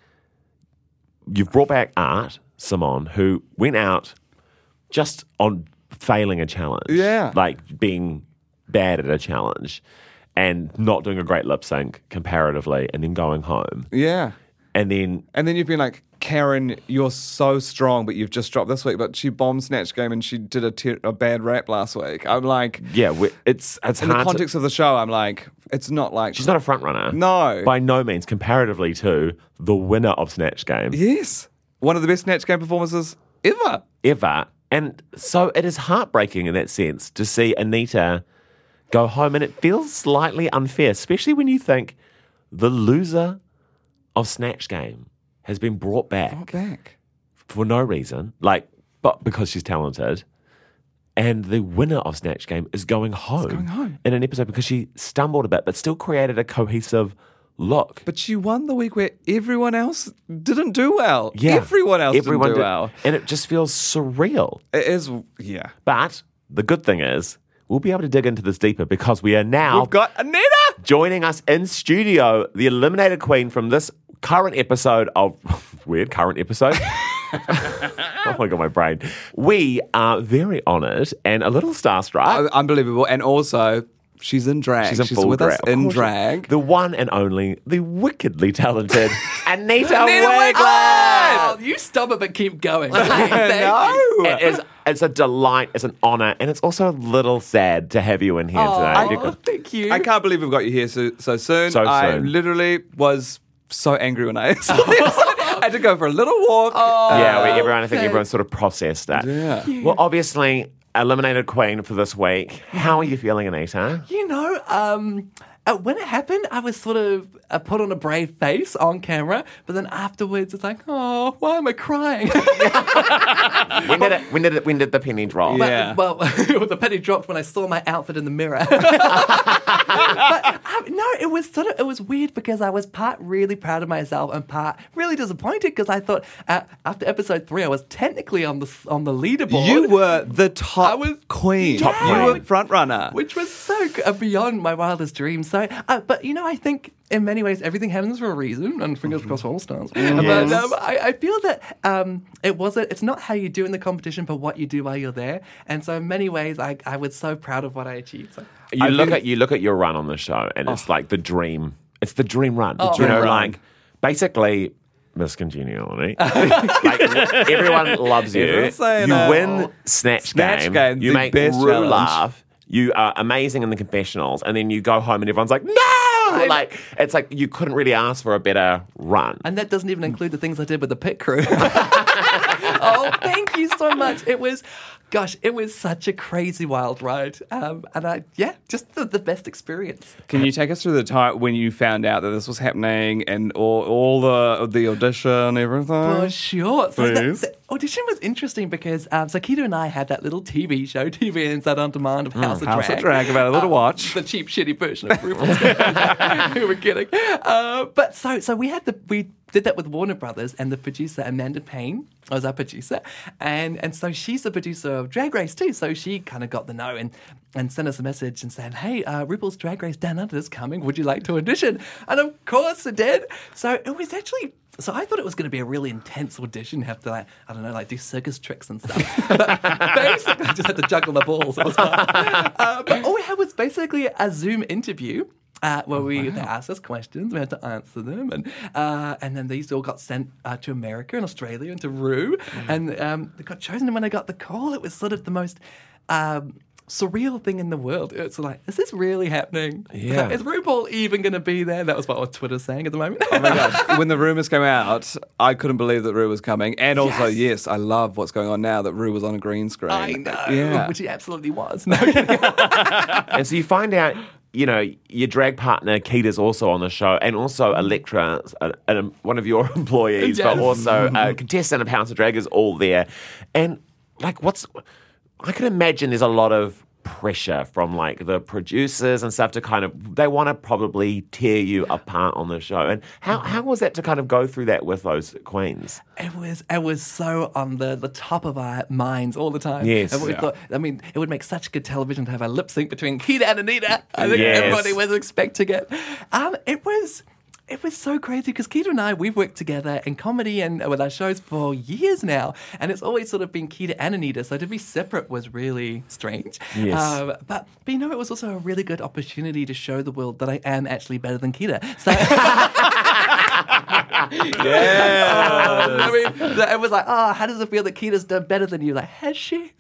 Speaker 1: you've brought back Art Simon, who went out just on failing a challenge.
Speaker 2: Yeah.
Speaker 1: like being bad at a challenge, and not doing a great lip sync comparatively, and then going home,
Speaker 2: yeah.
Speaker 1: and then
Speaker 2: And then you've been like, Karen, you're so strong, but you've just dropped this week. But she bombed Snatch Game and she did a, ter- a bad rap last week. I'm like,
Speaker 1: yeah, we- it's it's
Speaker 2: in
Speaker 1: hard.
Speaker 2: the
Speaker 1: to-
Speaker 2: context of the show, I'm like, it's not like
Speaker 1: she's not a front runner.
Speaker 2: No.
Speaker 1: by no means. Comparatively to the winner of Snatch Game,
Speaker 2: Yes. One of the best Snatch Game performances ever.
Speaker 1: ever. And so it is heartbreaking in that sense to see Anita go home. And it feels slightly unfair, especially when you think the loser of Snatch Game has been brought back
Speaker 2: Back.
Speaker 1: for no reason, like, but because she's talented. And the winner of Snatch Game is going home,
Speaker 2: home.
Speaker 1: in an episode because she stumbled a bit, but still created a cohesive look.
Speaker 2: But she won the week where everyone else didn't do well.
Speaker 1: yeah,
Speaker 2: Everyone else
Speaker 1: everyone
Speaker 2: didn't do
Speaker 1: did-
Speaker 2: well.
Speaker 1: and it just feels surreal.
Speaker 2: It is, yeah.
Speaker 1: But the good thing is, we'll be able to dig into this deeper because we are now
Speaker 2: We've got Anita.
Speaker 1: joining us in studio, the eliminated queen from this current episode of [laughs] weird current
Speaker 2: [laughs]
Speaker 1: episode. [laughs] oh my god, my brain. We are very honoured and a little starstruck.
Speaker 2: Un- Unbelievable. And also, Oh, she's in drag.
Speaker 1: She's in full
Speaker 2: with
Speaker 1: drag.
Speaker 2: us
Speaker 1: Of
Speaker 2: in
Speaker 1: course she-
Speaker 2: drag.
Speaker 1: The one and only, the wickedly
Speaker 2: [laughs]
Speaker 1: talented Anita,
Speaker 2: Anita
Speaker 1: Wigler.
Speaker 2: Wigler!
Speaker 4: Oh, you stubborn but keep
Speaker 1: [laughs]
Speaker 2: [laughs]
Speaker 4: going. Thank you.
Speaker 1: It is, it's a delight, it's an honour, and it's also a little sad to have you in here
Speaker 4: Oh,
Speaker 1: today. because-
Speaker 4: thank you.
Speaker 2: I can't believe we've got you here so, so soon.
Speaker 1: So
Speaker 2: I
Speaker 1: soon.
Speaker 2: literally was so angry when I [laughs] saw this. I had to go for a little walk. Oh.
Speaker 1: Yeah, we, everyone. I think
Speaker 4: thanks.
Speaker 1: everyone sort of processed that.
Speaker 2: Yeah.
Speaker 1: Well, obviously, eliminated queen for this week. How are you feeling, Anita?
Speaker 4: You know, um, uh, when it happened, I was sort of uh, put on a brave face on camera, but then afterwards, it's like, oh, why am
Speaker 2: [laughs]
Speaker 4: I crying?
Speaker 1: When did it? When did it? When did the penny drop?
Speaker 2: Yeah.
Speaker 4: well, [laughs] the penny dropped when I saw my outfit in
Speaker 2: [laughs]
Speaker 4: the mirror. but I, no, it was sort of it was weird because I was part really proud of myself and part really disappointed because I thought uh, after episode three, I was technically on the on the leaderboard.
Speaker 2: You were the top
Speaker 4: I was-
Speaker 2: queen.
Speaker 4: Top
Speaker 2: You
Speaker 4: queen.
Speaker 2: were front runner.
Speaker 4: which was so g- uh, beyond my wildest dreams. So, uh, but you know, I think in many ways everything happens for a reason, and fingers crossed for all stars. But um, I, I feel that um, it wasn't. It's not how you do in the competition, but what you do while you're there. And so, in many ways, I, I was so proud of what I achieved. So.
Speaker 1: You
Speaker 2: I
Speaker 1: look
Speaker 2: think-
Speaker 1: at you look at your run on the show, and
Speaker 2: Oh.
Speaker 1: it's like the dream. It's the dream run. you
Speaker 4: dream
Speaker 1: know,
Speaker 4: run.
Speaker 1: like basically miscongeniality. [laughs] like everyone loves you.
Speaker 2: Everyone's saying
Speaker 1: you
Speaker 2: that.
Speaker 1: win snatch,
Speaker 2: Snatch
Speaker 1: game.
Speaker 2: Game,
Speaker 1: You
Speaker 2: the
Speaker 1: make
Speaker 2: best
Speaker 1: Rue
Speaker 2: challenge.
Speaker 1: laugh. You are amazing in the confessionals, and then you go home, and everyone's like, "No!" Like it's like you couldn't really ask for a better run.
Speaker 4: And that doesn't even include the things I did with the pit crew. [laughs] oh, thank you so much. It was, gosh, it was such a crazy wild ride. Um, and I, yeah, just the, the best experience.
Speaker 2: Can you take us through the time when you found out that this was happening and all, all the the audition and everything?
Speaker 4: For sure. So the,
Speaker 2: Please.
Speaker 4: the audition was interesting because um, Sakita and I had that little TV show, TV Inside On Demand of House of
Speaker 2: Mm, House of
Speaker 4: Drag. Oh.
Speaker 2: Drag, about a little watch.
Speaker 4: Uh, The cheap, shitty version of RuPaul's. [laughs] Who were kidding? Uh, but so, so we had the we did that with Warner Brothers and the producer Amanda Payne was our producer, and and so she's the producer of Drag Race too. So she kind of got the know and and sent us a message and said, "Hey, uh, RuPaul's Drag Race Down Under is coming. Would you like to audition?" And of course, it did. So it was actually so I thought it was going to be a really intense audition. Have to like I don't know, like do circus tricks and stuff. [laughs] but basically, I just had to juggle the balls. [laughs] It was hard. Uh, but all we had was basically a Zoom interview. Uh,
Speaker 2: Oh,
Speaker 4: where we they asked us questions, we had to answer them, and uh, and then these all got sent uh, to America and Australia and to Rue,
Speaker 2: Mm.
Speaker 4: and um, they got chosen. And when I got the call, it was sort of the most um, surreal thing in the world. It's like, is this really happening?
Speaker 1: Yeah.
Speaker 4: Is RuPaul even going to be there? That was what our Twitter's saying at the moment.
Speaker 2: Oh my gosh. when the rumors came out, I couldn't believe that Rue was coming. And also, yes,
Speaker 4: Yes.
Speaker 2: I love what's going on now that Rue was on a green screen.
Speaker 4: [laughs] I know,
Speaker 2: Yeah.
Speaker 4: which he
Speaker 2: [laughs]
Speaker 4: absolutely was. No, kidding.
Speaker 1: and so you find out, you know, your drag partner Keita's also on the show, and also Electra, uh, uh, one of your [laughs] employees, but
Speaker 4: Yes.
Speaker 1: also uh, a contestant of House of Drag is all there, and like, what's I can imagine there's a lot of pressure from like the producers and stuff to kind of they want to probably tear you apart on the show and how how was that to kind of go through that with those queens
Speaker 4: It was it was so on the, the top of our minds all the time.
Speaker 1: Yes.
Speaker 4: And we
Speaker 1: Yeah.
Speaker 4: thought, I mean, it would make such good television to have a lip sync between Keita and Anita. I think
Speaker 1: Yes.
Speaker 4: everybody was expecting it. Um, it was it was so crazy because Keita and I we've worked together in comedy and uh, with our shows for years now, and it's always sort of been Keita and Anita. So to be separate was really strange.
Speaker 1: Yes.
Speaker 4: Um, but but you know, it was also a really good opportunity to show the world that I am actually better than Keita. So. [laughs] Um, I mean, th- it was like, oh, how does it feel that Kita's done better than you? Like, has she? [laughs]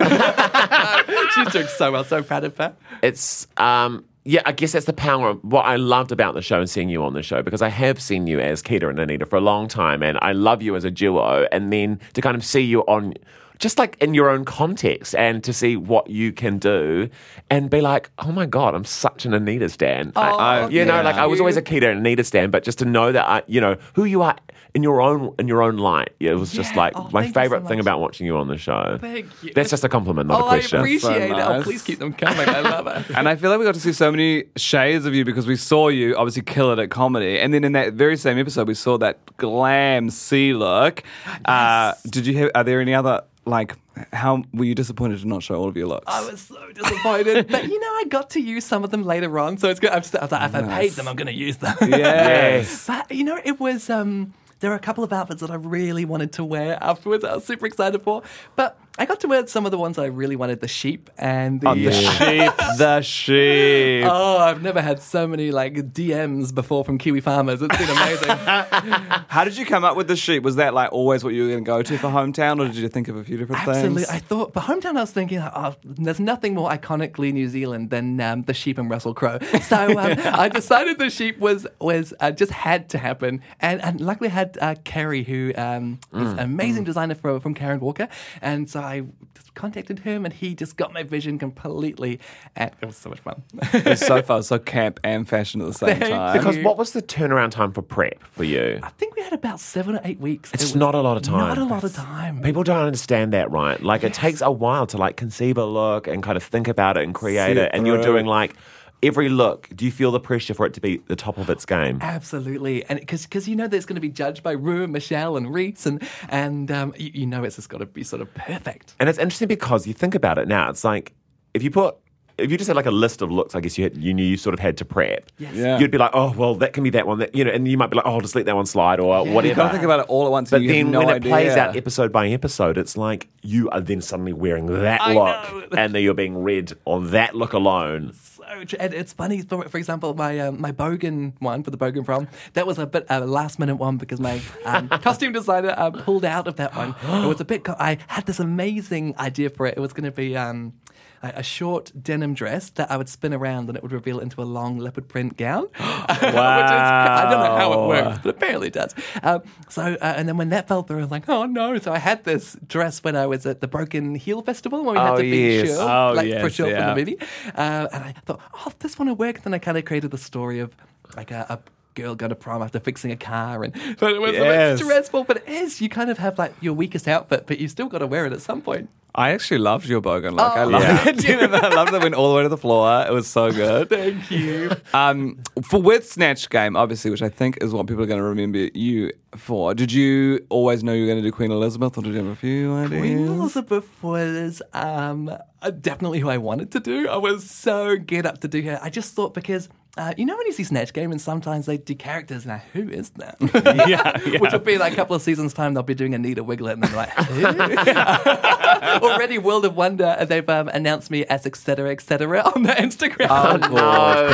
Speaker 4: she took so well, so proud of her.
Speaker 1: it's um yeah, I guess that's the power of what I loved about the show and seeing you on the show because I have seen you as Keita and Anita for a long time and I love you as a duo and then to kind of see you on just like in your own context and to see what you can do and be like, oh my God, I'm such an Anita stan. I-
Speaker 4: Oh,
Speaker 1: I- you know,
Speaker 4: yeah.
Speaker 1: like I was always a Keita and Anita stan, but just to know that, I, you know, who you are in your own in your own light, it was just
Speaker 4: Yeah.
Speaker 1: like my
Speaker 4: Oh, thank you so
Speaker 1: favorite thing
Speaker 4: much.
Speaker 1: about watching you on the show.
Speaker 4: Thank you.
Speaker 1: That's just a compliment, not
Speaker 4: oh,
Speaker 1: a question.
Speaker 4: I appreciate
Speaker 2: So
Speaker 4: it. Oh,
Speaker 2: nice.
Speaker 4: please keep them coming. I
Speaker 2: [laughs]
Speaker 4: love it.
Speaker 2: And I feel like we got to see so many shades of you because we saw you obviously kill it at comedy. And then in that very same episode, we saw that glam sea look. Uh, did you have, are there any other, like, how were you disappointed to not show all of your looks?
Speaker 4: I was so disappointed. but you know, I got to use some of them later on, so it's good. I'm just, I was like, if I paid them, I'm going to use them.
Speaker 2: Yes.
Speaker 4: [laughs] But you know, it was. Um, there were a couple of outfits that I really wanted to wear afterwards. I was super excited for, but I got to wear some of the ones I really wanted: the sheep and the,
Speaker 2: Oh, The sheep,
Speaker 1: [laughs]
Speaker 2: the sheep.
Speaker 4: Oh, I've never had so many like DMs before from Kiwi farmers. It's been amazing.
Speaker 2: How did you come up with the sheep? Was that like always what you were going to go to for hometown, or did you think of a few different
Speaker 4: Absolutely.
Speaker 2: things?
Speaker 4: I thought, but hometown, I was thinking, like, oh, there's nothing more iconically New Zealand than um, the sheep and Russell Crowe. So um,
Speaker 1: [laughs]
Speaker 4: I decided the sheep was was uh, just had to happen. And, and luckily, I had uh, Kerry, who um, is an
Speaker 1: Mm,
Speaker 4: amazing designer for, from Karen Walker. And so I just contacted him, and he just got my vision completely. And it was so much fun. [laughs]
Speaker 2: It's so far so camp and fashion at the same
Speaker 4: Thank
Speaker 2: time.
Speaker 1: Because what was the turnaround time for prep for you?
Speaker 4: I think we had about seven or eight weeks.
Speaker 1: It's
Speaker 4: It was
Speaker 1: not a lot of time.
Speaker 4: Not a lot of time.
Speaker 1: People don't understand that, right? Like it takes a while to like conceive a look and kind of think about it and create it,
Speaker 2: See it
Speaker 1: and you're
Speaker 2: through.
Speaker 1: doing like every look. Do you feel the pressure for it to be the top of its game?
Speaker 4: Absolutely, and because you know that it's going to be judged by Rue and Michelle and Reese, and and um, you, you know it's just got to be sort of perfect.
Speaker 1: And it's interesting because you think about it now. It's like if you put if you just had like a list of looks, I guess you had, you knew you sort of had to prep.
Speaker 4: Yes.
Speaker 2: Yeah.
Speaker 1: You'd be like, oh well, that can be that one, that you know, and you might be like, oh, I'll just let that one slide or
Speaker 4: Yeah.
Speaker 2: You
Speaker 1: whatever.
Speaker 2: can't think about it all at once.
Speaker 1: But
Speaker 2: and you have
Speaker 1: then
Speaker 2: no
Speaker 1: when it
Speaker 2: idea.
Speaker 1: plays out episode by episode, it's like you are then suddenly wearing that
Speaker 4: I
Speaker 1: look,
Speaker 4: know.
Speaker 1: and then you're being read on that look alone
Speaker 4: huge. And it's funny, for, for example, my um, my Bogan one for the Bogan prom, that was a bit a last minute one because my um, costume designer uh, pulled out of that one. It was a bit, co- I had this amazing idea for it. It was going to be. Um, a a short denim dress that I would spin around and it would reveal into a long leopard print gown. [gasps] wow. I don't know how it works, [laughs] but apparently it does. Um, so, uh, and then when that fell through, I was like, oh no. So I had this dress when I was at the Broken Heel Festival when we had
Speaker 1: Oh,
Speaker 4: to be
Speaker 1: yes.
Speaker 4: sure,
Speaker 3: Oh,
Speaker 4: like for
Speaker 3: yes,
Speaker 4: sure
Speaker 3: yeah.
Speaker 4: from the movie. Uh, and I thought, oh, this one will work. And then I kind of created the story of like a. a Girl going to prom after fixing a car, and [laughs] but it was
Speaker 3: Yes.
Speaker 4: a bit stressful. But it is you kind of have like your weakest outfit, but you still got to wear it at some point.
Speaker 2: I actually loved your bogan. Like
Speaker 4: Oh.
Speaker 2: I loved [laughs]
Speaker 3: Yeah.
Speaker 2: that dinner. I loved that it went all the way to the floor. It was so good.
Speaker 4: Thank you.
Speaker 2: Um, for with Snatch Game, obviously, which I think is what people are going to remember you for. Did you always know you were going to do Queen Elizabeth, or did you have a few ideas?
Speaker 4: Queen Elizabeth was um, uh, definitely who I wanted to do. I was so get up to do her. I just thought because. Uh, you know when you see Snatch Game and sometimes they do characters and like, who is that?
Speaker 3: [laughs]
Speaker 4: [laughs]
Speaker 3: yeah, yeah.
Speaker 4: Which will be like a couple of seasons time they'll be doing Anita Wiglet and they're like,
Speaker 3: [laughs]
Speaker 4: who? [laughs] already World of Wonder and they've um, announced me as etc etc on their Instagram.
Speaker 2: Oh, God,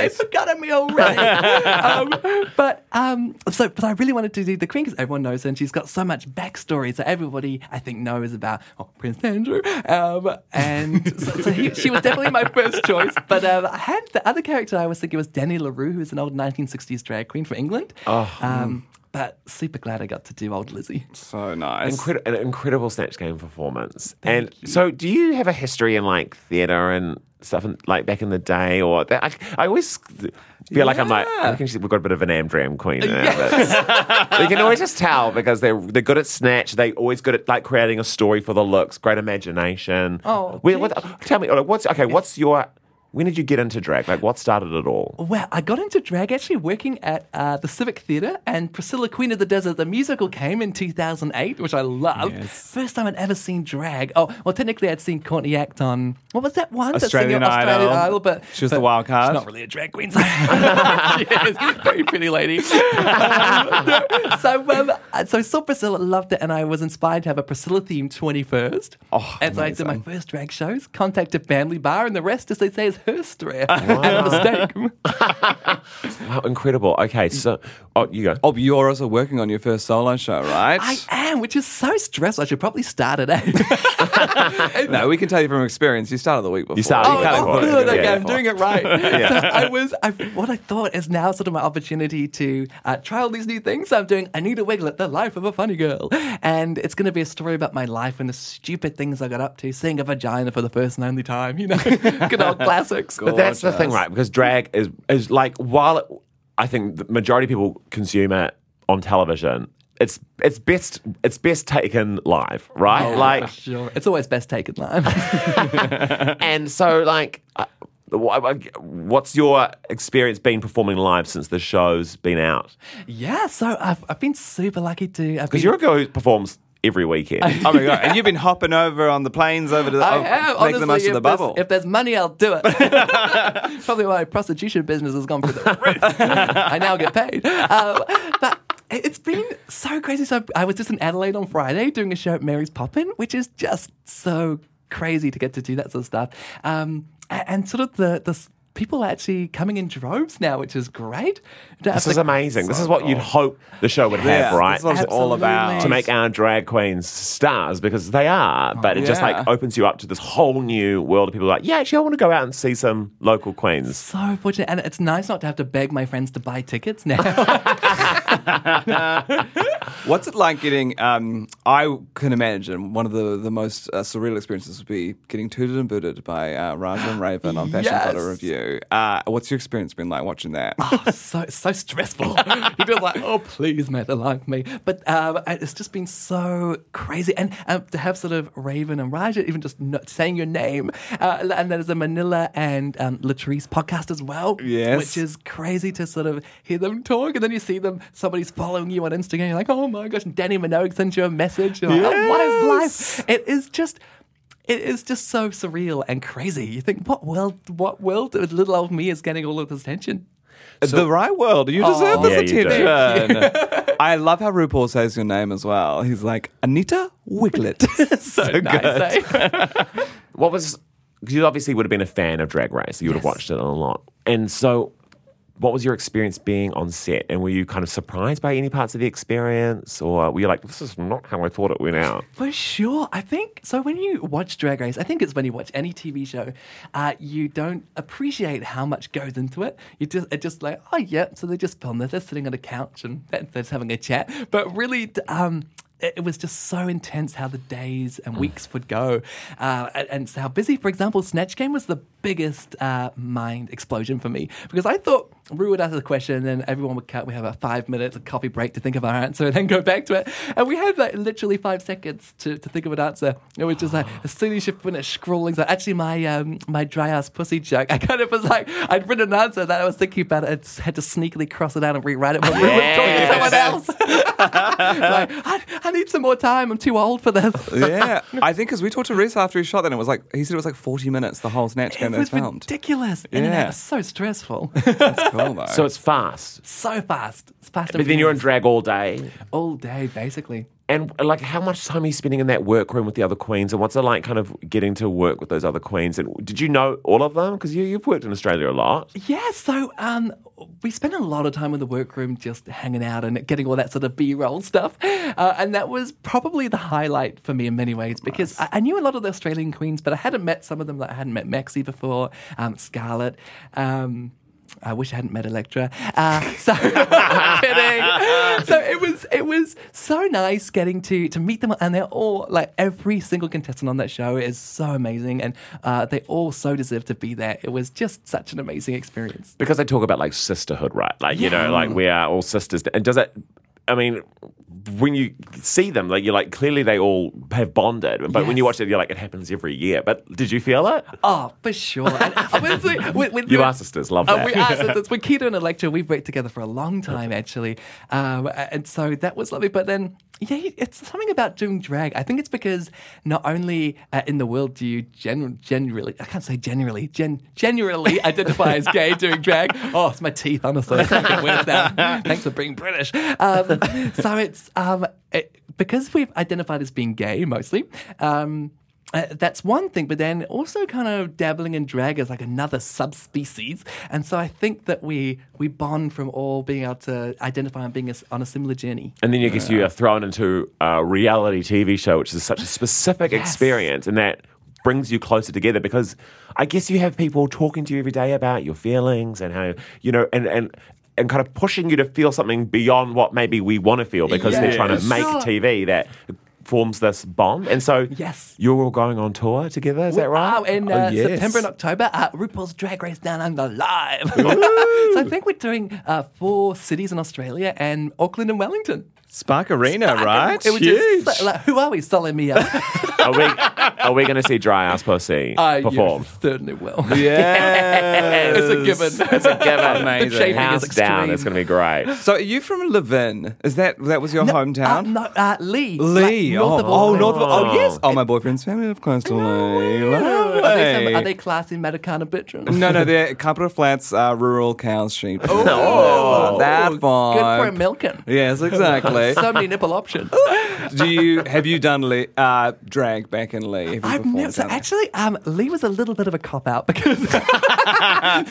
Speaker 4: They
Speaker 2: perfect.
Speaker 4: forgot of me already. um, but um, so, but I really wanted to do the Queen because everyone knows her, and she's got so much backstory. So everybody, I think, knows about oh, Prince Andrew. Um, and so, so he, she was definitely my first choice. But um, I had the other character I was thinking was Danny LaRue, who was an old 1960s drag queen from England. Um, but super glad I got to do old Lizzie.
Speaker 2: So nice.
Speaker 1: Incredi- an incredible snatch game performance. and so, do you have a history in like theatre and stuff, and, like back in the day, or that? I, I always feel like I'm like I think she's- we've got a bit of an Amdram queen. now, but- you can always just tell because they're they're good at snatch. They always good at like creating a story for the looks, great imagination.
Speaker 4: Oh,
Speaker 1: Wait, what- tell me, like, what's okay? What's your when did you get into drag? Like, what started it all?
Speaker 4: Well, I got into drag actually working at uh, the Civic Theatre, and Priscilla Queen of the Desert, the musical, came in 2008, which I loved. First time I'd ever seen drag. Oh, well, technically I'd seen Courtney Act on what was that one?
Speaker 2: Australian
Speaker 4: that singer, Australian
Speaker 2: Idol.
Speaker 4: Idol, but
Speaker 2: She was
Speaker 4: but
Speaker 2: the wild card.
Speaker 4: She's not really a drag queen. so- [laughs] she is very pretty lady.
Speaker 2: [laughs]
Speaker 4: [laughs] Um, no, so, um, uh, so I saw Priscilla, loved it, and I was inspired to have a Priscilla themed 21st.
Speaker 2: Oh,
Speaker 4: and so I did my
Speaker 2: amazing.
Speaker 4: first drag shows, contacted Family Bar, and the rest, as they say, is
Speaker 2: [laughs]
Speaker 4: her story. And a mistake.
Speaker 1: Wow, incredible. Okay, so oh, you go.
Speaker 2: Oh, but you're also working on your first solo show, right?
Speaker 4: I am, which is so stressful. I should probably start
Speaker 1: [laughs]
Speaker 4: it [laughs] out.
Speaker 2: no, we can tell you from experience. You started the week before.
Speaker 1: started
Speaker 4: Oh,
Speaker 1: You can't
Speaker 4: oh,
Speaker 1: avoid it.
Speaker 4: good. Okay,
Speaker 1: Yeah.
Speaker 4: I'm doing it
Speaker 1: [laughs]
Speaker 4: right. So I was, I, what I thought is now sort of my opportunity to uh, try all these new things. So I'm doing Anita Wiglet, The Life of a Funny Girl. And it's going to be a story about my life and the stupid things I got up to, seeing a vagina for the first and only time, you know, [laughs] good old classics.
Speaker 1: But that's the
Speaker 4: [laughs]
Speaker 1: thing, right? Because drag is is like while it, I think the majority of people consume it on television, it's it's best it's best taken live, right?
Speaker 4: [laughs]
Speaker 1: like
Speaker 4: Sure. It's always best taken live.
Speaker 1: and so like. I, wh- wh- What's your experience been performing live since the show's been out?
Speaker 4: [laughs] yeah, so I've, I've been super lucky to. I've
Speaker 1: Because
Speaker 4: been-
Speaker 1: you're a girl who performs every weekend.
Speaker 2: Oh my
Speaker 4: [laughs]
Speaker 2: god! And you've been hopping over on the planes over to the,
Speaker 4: I
Speaker 2: oh,
Speaker 4: have.
Speaker 2: make
Speaker 4: Honestly,
Speaker 2: the most
Speaker 4: if,
Speaker 2: of the
Speaker 4: there's-
Speaker 2: bubble.
Speaker 4: if there's money, I'll do it. [laughs] Probably why prostitution business has gone through the
Speaker 2: [laughs]
Speaker 4: roof. I now get paid. Um, but it- it's been so crazy. So I was just in Adelaide on Friday doing a show at Mary's Poppin, which is just so crazy to get to do that sort of stuff. Um, a- and sort of the the s- people are actually coming in droves now, which is great. Don't have
Speaker 1: This is
Speaker 4: to-
Speaker 1: amazing. This is what you'd hope the show would have,
Speaker 2: Yeah,
Speaker 1: right?
Speaker 2: That's what it's all
Speaker 4: Absolutely.
Speaker 2: about. Oh,
Speaker 1: to make our drag queens stars because they are, but it just like
Speaker 2: Yeah.
Speaker 1: opens you up to this whole new world of people like, yeah, actually, I want to go out and see some local queens.
Speaker 4: So fortunate, and it's nice not to have to beg my friends to buy tickets now.
Speaker 2: What's it like getting? Um, I can imagine one of the the most uh, surreal experiences would be getting tooted and booted by uh, Raja and Raven on Fashion
Speaker 4: Yes. Oh,
Speaker 2: Photo Review. Uh, what's your experience been like watching that?
Speaker 4: [laughs] so so stressful. [laughs] You're just like, oh please, mate, they like me. But um, it's just been so crazy, and um, to have sort of Raven and Raja even just not saying your name, uh, and there's a Manila and um, Latrice podcast as well,
Speaker 2: Yes.
Speaker 4: which is crazy to sort of hear them talk, and then you see them, somebody's following you on Instagram, you're like, oh my gosh, and Danny Minogue sent you a message. You're like, oh, what is life? It is just. It is just so surreal and crazy. You think, what world? What world? of Little old me is getting all of this attention.
Speaker 2: [laughs] the right world. You deserve
Speaker 4: Oh.
Speaker 1: Yeah,
Speaker 2: this
Speaker 1: you do.
Speaker 2: attention. [laughs] I love how RuPaul says your name as well. [laughs]
Speaker 4: [laughs]
Speaker 2: He's like Anita Wiglet.
Speaker 4: so nice. eh?
Speaker 1: What was because you obviously would have been a fan of Drag Race. You would have watched it a lot. And so, what was your experience being on set? And were you kind of surprised by any parts of the experience, or were you like, "This is not how I thought it went out"?
Speaker 4: For sure. I think so. When you watch Drag Race, I think it's when you watch any TV show, uh, you don't appreciate how much goes into it. You just it's just like, oh yeah, so they're just filming this, they're sitting on a couch and they're they're just having a chat. But really, d- um, it it was just so intense how the days and weeks would go, uh, and, and so how busy. For example, Snatch Game was the biggest uh, mind explosion for me because I thought Rue would ask a question, and then everyone would cut. We have a five minutes, a coffee break to think of our answer, and then go back to it. And we had like literally five seconds to, to think of an answer. It was just like as soon as you finish scrolling. So actually, my um, my dry ass pussy joke. [laughs] I kind of was like I'd written an answer that I was thinking about. I just had to sneakily cross it out and rewrite it. But Rue was talking to someone else. [laughs] like I, I need some more time. I'm too old for this.
Speaker 2: yeah, I think because we talked to Reese after he shot that, and it was like he said it was like forty minutes the whole snatch game
Speaker 4: [laughs] It
Speaker 2: that was
Speaker 4: was
Speaker 2: filmed.
Speaker 4: ridiculous. And then
Speaker 2: Yeah.
Speaker 4: it was so stressful. [laughs]
Speaker 2: That's cool though.
Speaker 1: So it's fast,
Speaker 4: so fast. It's fast.
Speaker 1: but then you're in drag all day.
Speaker 4: all day, basically.
Speaker 1: And like, how much time are you spending in that workroom with the other queens? And what's it like, kind of getting to work with those other queens? And did you know all of them? Because you, you've worked in Australia a lot.
Speaker 4: Yeah, so um, we spent a lot of time in the workroom just hanging out and getting all that sort of B roll stuff. Uh, and that was probably the highlight for me in many ways because I, I knew a lot of the Australian queens, but I hadn't met some of them. Like I hadn't met Maxie before, um, Scarlett. Um, I wish I hadn't met Electra. Uh, so, [laughs] kidding. so it was it was so nice getting to to meet them, and they're all like every single contestant on that show is so amazing, and uh, they all so deserve to be there. It was just such an amazing experience.
Speaker 1: because I talk about like sisterhood, right? Like you know, like we are all sisters. And does it? I mean, when you see them, like you're like clearly they all have bonded. But when you
Speaker 4: Yes.
Speaker 1: watch it, you're like it happens every year. But did you feel it?
Speaker 4: Oh, for sure. And obviously, with, with
Speaker 1: You are sisters, love
Speaker 4: Uh,
Speaker 1: that. [laughs]
Speaker 4: we are sisters. We're Keto and Electra. We've worked together for a long time, actually. Um, and so that was lovely. But then, yeah, it's something about doing drag. I think it's because not only uh, in the world do you gen- generally, I can't say generally, gen-
Speaker 1: [laughs]
Speaker 4: generally identify as gay doing drag. Oh, it's my teeth, honestly. I can't get
Speaker 1: [laughs]
Speaker 4: words out. Thanks for being British. Um, so it's um, it, because we've identified as being gay mostly. Um, uh, that's one thing, but then also kind of dabbling in drag is like another subspecies, and so I think that we we bond from all being able to identify and being as- on a similar journey.
Speaker 1: And then you guess you are thrown into a reality TV show, which is such a specific experience, and that brings you closer together because I guess you have people talking to you every day about your feelings and how you know and and. And kind of pushing you to feel something beyond what maybe we want to feel because they're trying to
Speaker 4: Yes.
Speaker 1: make
Speaker 4: Sure.
Speaker 1: TV that forms this bond. And so,
Speaker 4: Yes.
Speaker 1: you're all going on tour together. Is that right? Oh,
Speaker 4: Wow, in uh,
Speaker 2: yes.
Speaker 4: September and October at RuPaul's Drag Race Down Under Live. [laughs] so I think we're doing uh, four cities in Australia and Auckland and Wellington.
Speaker 2: Spark Arena, right?
Speaker 4: It was
Speaker 2: Huge. [laughs]
Speaker 4: just so- like, who are we, Solomia?
Speaker 1: Are we are we going to see Dry Ass Pussy
Speaker 4: Uh,
Speaker 1: perform?
Speaker 4: You certainly will.
Speaker 2: yeah,
Speaker 4: [laughs] it's a given. It's a
Speaker 1: Given
Speaker 2: Amazing.
Speaker 4: shaving is
Speaker 1: house down,
Speaker 4: extreme.
Speaker 1: it's going to be great.
Speaker 2: So are you from Levin? Is that that was your
Speaker 4: Uh,
Speaker 2: hometown?
Speaker 4: no, uh, Lee.
Speaker 2: Lee.
Speaker 4: Like, north
Speaker 2: oh,
Speaker 4: of
Speaker 2: oh,
Speaker 4: Auckland.
Speaker 2: North of- oh,
Speaker 1: Oh.
Speaker 2: yes. Oh, my boyfriend's family live close to Lee. Lovely.
Speaker 4: Are they, some, are they classy Medicana bitches?
Speaker 2: No,
Speaker 4: [laughs]
Speaker 2: no, they're Capra Flats, uh, rural cows sheep. [laughs]
Speaker 1: Oh.
Speaker 2: that
Speaker 4: Ooh,
Speaker 2: vibe.
Speaker 4: Good for a milking.
Speaker 2: Yes, exactly.
Speaker 4: [laughs] So many nipple options.
Speaker 2: Do you have you done le- uh, drag back in Lee? Have you
Speaker 4: I've
Speaker 2: performed
Speaker 4: never, so
Speaker 2: down there?
Speaker 4: actually, um, Lee was a little bit of a cop out because [laughs]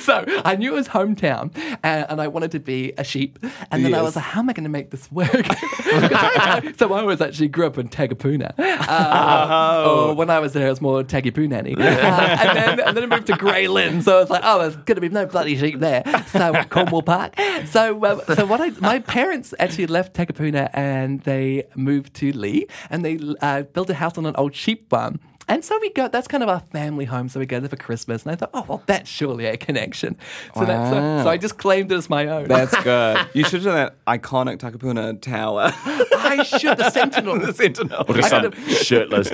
Speaker 4: so I knew it was hometown uh, and, and I wanted to be a sheep, and then I
Speaker 2: Yes.
Speaker 4: was like, how am I going to make this work? [laughs] 'Cause I- so I was actually grew up in Tagapuna. Uh,
Speaker 2: Uh-huh.
Speaker 4: Or when I was there, it was more Tagipunani, uh, and then and then I moved to Grey Lynn, so I was like, oh, there's going to be no bloody sheep there. So Cornwall Park. So um, so what I my parents actually left Tagapuna and they moved to Lee, and they uh, built a house on an old sheep farm. And so we go, that's kind of our family home. So we go there for Christmas. And I thought, oh, well, that's surely a connection. So, that's, so,
Speaker 2: Wow.
Speaker 4: so I just claimed it as my own.
Speaker 2: That's good. You should have done that iconic Takapuna
Speaker 4: [laughs]
Speaker 2: Tower.
Speaker 4: I should, the
Speaker 2: [laughs]
Speaker 4: Sentinel.
Speaker 2: the Sentinel.
Speaker 1: Or just
Speaker 4: I
Speaker 1: some [laughs] shirtless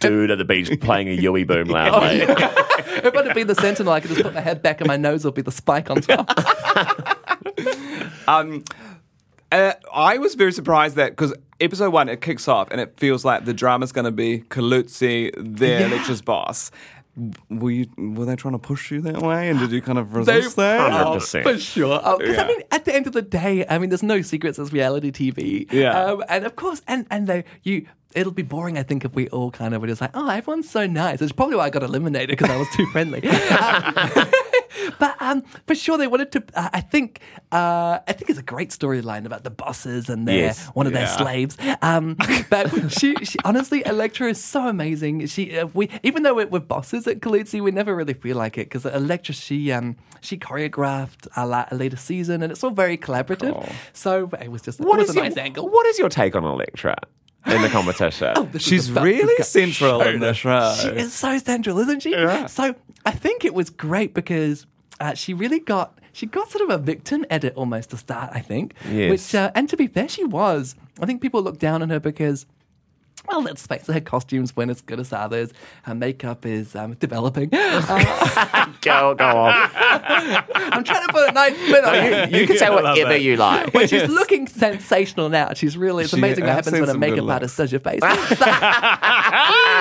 Speaker 1: dude at the beach playing a Yui [laughs] boom loudly.
Speaker 4: If I'd have been the Sentinel, I could just put my head back and my nose will be the spike on
Speaker 2: [laughs]
Speaker 4: top.
Speaker 2: Um, uh, I was very surprised that because episode one it kicks off and it feels like the drama's going to be Kalutsi, their lecture's boss. Were you were they trying to push you that way, and did you kind of resist that?
Speaker 4: Oh,
Speaker 1: 100%.
Speaker 4: for sure. Because
Speaker 2: Yeah.
Speaker 4: I mean, at the end of the day, I mean, there's no secrets as reality TV.
Speaker 2: Yeah.
Speaker 4: Um, and of course, and and they you it'll be boring, I think, if we all kind of were just like, oh, everyone's so nice. It's probably why I got eliminated because I was too
Speaker 2: [laughs]
Speaker 4: friendly. Um, [laughs] but um, for sure, they wanted to. Uh, I think uh, I think it's a great storyline about the bosses and their
Speaker 1: Yes.
Speaker 4: one of their
Speaker 2: Yeah.
Speaker 4: slaves. Um, but she, she honestly, Electra is so amazing. She uh, we even though we're, we're bosses at Khaleesi, we never really feel like it because Electra she um, she choreographed a, la- a later season and it's all very collaborative. So it was just it was a
Speaker 1: your,
Speaker 4: nice angle. Oh,
Speaker 1: What is your take on Electra in the
Speaker 4: [laughs]
Speaker 1: competition?
Speaker 4: This is
Speaker 2: She's
Speaker 4: about to
Speaker 2: really
Speaker 4: go-
Speaker 2: central in the show.
Speaker 4: She is so central, isn't she? So I think it was great because uh, she really got she got sort of a victim edit almost to start. I think,
Speaker 1: Yes.
Speaker 4: which uh, and to be fair, she was. I think people looked down on her because. Well, let's face it, her costumes weren't as good as others. Her makeup is
Speaker 1: [laughs]
Speaker 4: um, developing. Uh,
Speaker 1: go, go on.
Speaker 4: [laughs] I'm trying to put a nice spin on it.
Speaker 1: You can say whatever you like.
Speaker 4: [laughs] But she's looking sensational now. She's really, it's
Speaker 2: She
Speaker 4: amazing what
Speaker 2: has
Speaker 4: happens
Speaker 2: seen
Speaker 4: when a
Speaker 2: some good
Speaker 4: makeup
Speaker 2: looks.
Speaker 4: artist does
Speaker 1: [laughs]
Speaker 4: your face. [laughs]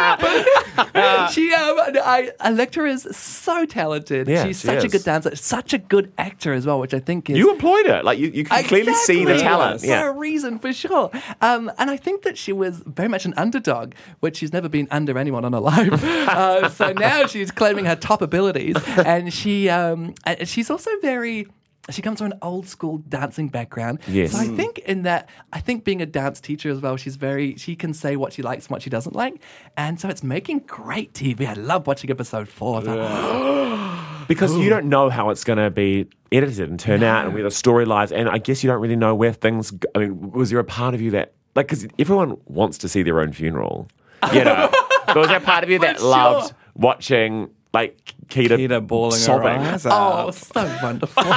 Speaker 4: But she, um, I, Electra is so talented.
Speaker 1: Yeah,
Speaker 4: she's
Speaker 1: she
Speaker 4: such a
Speaker 1: is.
Speaker 4: good dancer, such a good actor as well, which I think is.
Speaker 1: You employed her. Like you, you can clearly see the
Speaker 4: Exactly.
Speaker 1: talent.
Speaker 4: For
Speaker 1: Yeah.
Speaker 4: a reason, for sure. Um, and I think that she was very much an underdog, which she's never been under anyone on
Speaker 1: [laughs]
Speaker 4: her life. uh, so now she's claiming her top abilities, and she um, and she's also very. She comes from an old school dancing background.
Speaker 1: Yes.
Speaker 4: So I think in that, I think being a dance teacher as well, she's very, she can say what she likes and what she doesn't like. And so it's making great TV. I love watching episode four. It's like,
Speaker 1: Because you don't know how it's going to be edited and turn out and where the story lies. And I guess you don't really know where things. Go. I mean, was there a part of you that, like, because everyone wants to see their own funeral, you
Speaker 2: [laughs]
Speaker 1: know? but was there a part of you that
Speaker 4: For sure.
Speaker 1: loved watching, like, Keita,
Speaker 2: Peter bawling
Speaker 1: sobbing?
Speaker 2: her eyes
Speaker 4: Oh,
Speaker 2: out.
Speaker 4: so wonderful. it's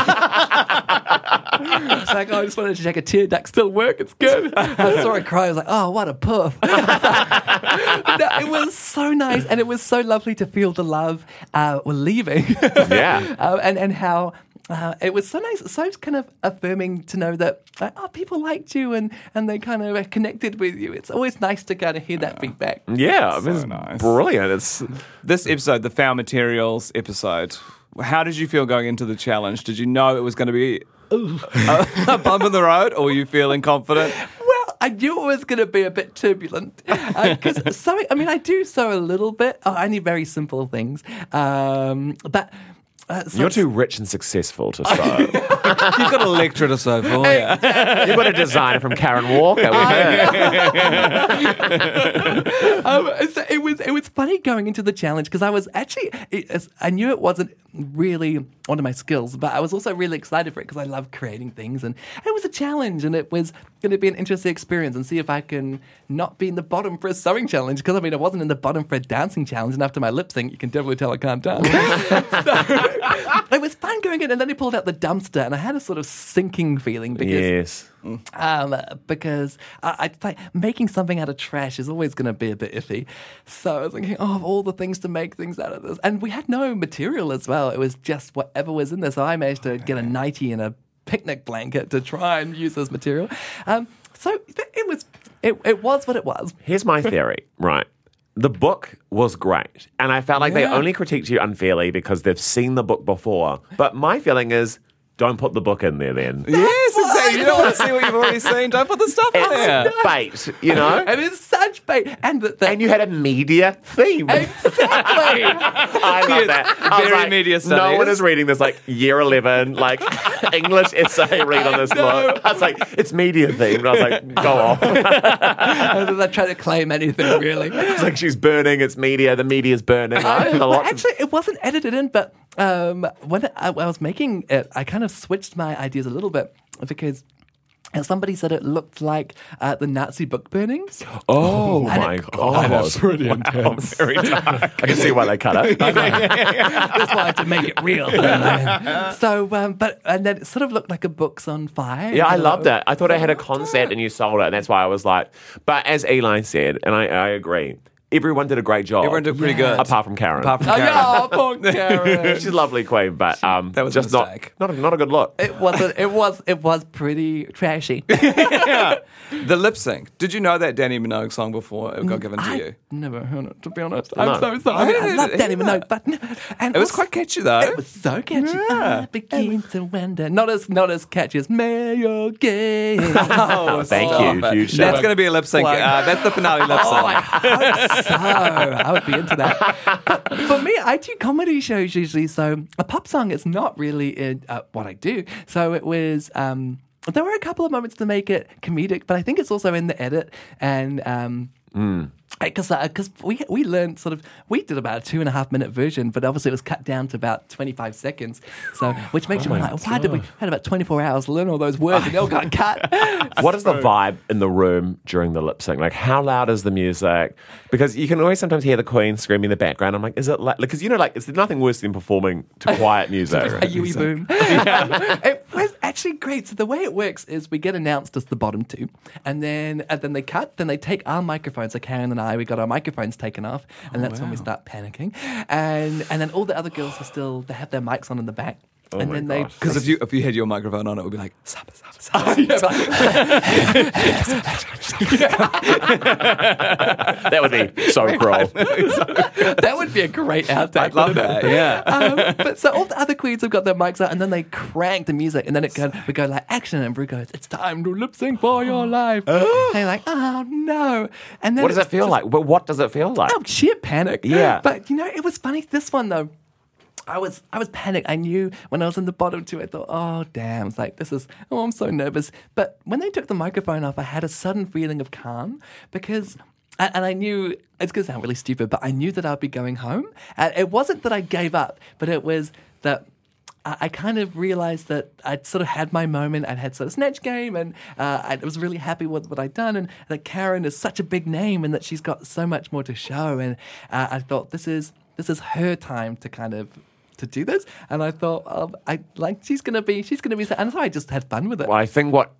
Speaker 4: like, oh, I just wanted to check a tear duct still work. It's good. I saw it cry. I was like, oh, what a poof. No, it was so nice. And it was so lovely to feel the love uh, we're leaving.
Speaker 1: Yeah.
Speaker 4: [laughs] Uh, and, and how. Uh, it was so nice, so kind of affirming to know that like, oh, people liked you and, and they kind of connected with you. It's always nice to kind of hear that feedback.
Speaker 1: Yeah. I mean, it's
Speaker 2: nice.
Speaker 1: brilliant.
Speaker 2: [laughs]
Speaker 1: It's.
Speaker 2: Oh. This episode, the found materials episode. How did you feel going into the challenge? Did you know it was going to be a, [laughs] a bump in the road, or were you feeling confident?
Speaker 4: Well, I knew it was going to be a bit turbulent
Speaker 1: [laughs]
Speaker 4: because sewing. I mean, I do sew a little bit, oh, only very simple things. Um, but uh, so-
Speaker 1: You're too rich and successful
Speaker 2: [laughs]
Speaker 1: to sew.
Speaker 2: You've got Electra to sew for you.
Speaker 1: You've got a designer from Karen Walker. We've heard.
Speaker 4: um, so it was it was funny going into the challenge because I was actually it, it's- I knew it wasn't really one of my skills, but I was also really excited for it because I love creating things and it was a challenge and it was going to be an interesting experience and see if I can not be in the bottom for a sewing challenge because I mean I wasn't in the bottom for a dancing challenge and after my lip sync you can definitely tell I can't dance. so [laughs] it was fun going in and then he pulled out the dumpster and I had a sort of sinking feeling because
Speaker 1: Yes.
Speaker 4: um, because I, I think making something out of trash is always going to be a bit iffy. So I was thinking, oh, of all the things to make things out of this, and we had no material as well. It was just whatever was in there. So I managed to get a nightie and a picnic blanket to try and use as material. Um, so th- it was, it, it was what it was.
Speaker 1: Here's
Speaker 2: [laughs]
Speaker 1: my theory, right? The book was great, and I felt like they only critiqued you unfairly because they've seen the book before. But my feeling is, don't put the book in there then.
Speaker 2: yes, exactly. You [laughs] don't want to see what you've already seen. Don't put the stuff in there.
Speaker 1: It's bait, you
Speaker 2: [laughs]
Speaker 1: know?
Speaker 4: It was such bait, and the, the,
Speaker 1: And you had a media theme.
Speaker 4: exactly.
Speaker 1: [laughs] I love that. I was
Speaker 2: Very
Speaker 1: like,
Speaker 2: media
Speaker 1: No
Speaker 2: studies.
Speaker 1: one is reading this like year 11,
Speaker 2: [laughs]
Speaker 1: like English essay read on this book. I was like, it's media themed. I was like, go off. [laughs]
Speaker 4: [laughs] I was like trying to claim anything really. [laughs]
Speaker 1: it's like she's burning, it's media, the media's burning. Like, [laughs] a
Speaker 4: well,
Speaker 1: lot
Speaker 4: actually, it wasn't edited in, but um, when I, when I was making it, I kind of switched my ideas a little bit because. uh, Somebody said it looked like uh, the Nazi
Speaker 1: [laughs]
Speaker 4: book burnings.
Speaker 1: Oh
Speaker 4: And
Speaker 1: my
Speaker 4: it-
Speaker 1: god, that's pretty intense. Very dark. [laughs] I can see why they cut [laughs] it.
Speaker 4: That's why I had to make it real. [laughs] so, um, but and then it sort of looked like a books on fire.
Speaker 1: yeah, I
Speaker 4: Kind of-
Speaker 1: loved it. I thought I had a concept and you sold it, and that's why I was like. But as Eli said, and I, I agree, everyone did a great job.
Speaker 2: Everyone did pretty Yeah. good.
Speaker 1: apart from Karen.
Speaker 2: Apart from
Speaker 4: Oh,
Speaker 2: Karen.
Speaker 4: yeah, poor
Speaker 1: [laughs]
Speaker 4: Karen.
Speaker 1: She's a lovely queen, but um,
Speaker 2: That was a
Speaker 1: just not,
Speaker 2: mistake.
Speaker 1: not a- not a good look.
Speaker 4: It wasn't. It was. It was pretty trashy.
Speaker 2: The lip sync. Did you know that Danny Minogue song before it got given to
Speaker 4: I
Speaker 2: you?
Speaker 4: never heard it. To be honest,
Speaker 1: No.
Speaker 4: I'm so sorry.
Speaker 2: I
Speaker 4: I, love
Speaker 2: didn't
Speaker 4: Danny
Speaker 2: either.
Speaker 4: Minogue, but and
Speaker 2: It was
Speaker 4: also-
Speaker 2: quite catchy though.
Speaker 4: It was so catchy. I begin to wonder. Not as not as catchy as Mayo Gay.
Speaker 2: Oh,
Speaker 1: Thank
Speaker 2: stop
Speaker 1: you.
Speaker 2: it.
Speaker 1: Huge shout
Speaker 2: That's
Speaker 1: out.
Speaker 2: going to be a lip sync.
Speaker 4: Plug.
Speaker 2: Uh, that's the finale lip
Speaker 4: Oh, I
Speaker 2: sync. [laughs]
Speaker 4: hope so. I would be into that. But for me, I do comedy shows usually, so a pop song is not really in, uh, what I do. So it was. Um, there were a couple of moments to make it comedic, but I think it's also in the edit and. Um, because because we we learned sort of we did about a two and a half minute version, but obviously it was cut down to about twenty five seconds. So which makes you like, why did we we had about twenty four hours to learn all those words and they all got cut?
Speaker 1: What is the vibe in the room during the lip sync? Like, how loud is the music? Because you can always sometimes hear the queen screaming in the background. I'm like, is it like, because you know, like, it's nothing worse than performing to
Speaker 2: [laughs]
Speaker 1: quiet
Speaker 4: a
Speaker 1: music.
Speaker 4: Yui boom. [laughs] it was actually great. So the way it works is we get announced as the bottom two, and then and then they cut. Then they take our microphones. So Karen and I, we got our microphones taken off,
Speaker 2: Oh,
Speaker 4: and that's when we start panicking. And and then all the other girls are still. They have their mics on in the back, and
Speaker 2: Oh
Speaker 1: my
Speaker 4: then
Speaker 1: gosh.
Speaker 4: they
Speaker 2: Because if you if you had your microphone on, it would be like supper, supper, supper.
Speaker 4: [laughs]
Speaker 1: that would be
Speaker 2: [laughs]
Speaker 1: so cruel.
Speaker 4: that would be a great outtake.
Speaker 2: I'd love that. Yeah.
Speaker 4: um, but so all the other queens have got their mics out, and then they crank the music, and then it go, we go like action, and Bru goes, "It's time to lip sync for
Speaker 1: [gasps]
Speaker 4: your life." and they're like, "Oh no!" And then
Speaker 1: What does
Speaker 4: it's
Speaker 1: it feel
Speaker 4: just-
Speaker 1: like? But what does it feel like?
Speaker 4: Oh, [laughs] sheer panic.
Speaker 1: Yeah.
Speaker 4: But you know, it was funny. This one though, I was I was panicked. I knew when I was in the bottom two, I thought, oh damn, it's like this is oh I'm so nervous. But when they took the microphone off, I had a sudden feeling of calm because. And and I knew it's going to sound really stupid, but I knew that I'd be going home. And it wasn't that I gave up, but it was that I I kind of realized that I'd sort of had my moment. I'd had sort of Snatch Game, and uh, I was really happy with what I'd done. And that Karen is such a big name, and that she's got so much more to show. And uh, I thought this is this is her time to kind of to do this. And I thought, um, I like she's gonna be she's gonna be. And so I just had fun with it.
Speaker 1: Well, I think what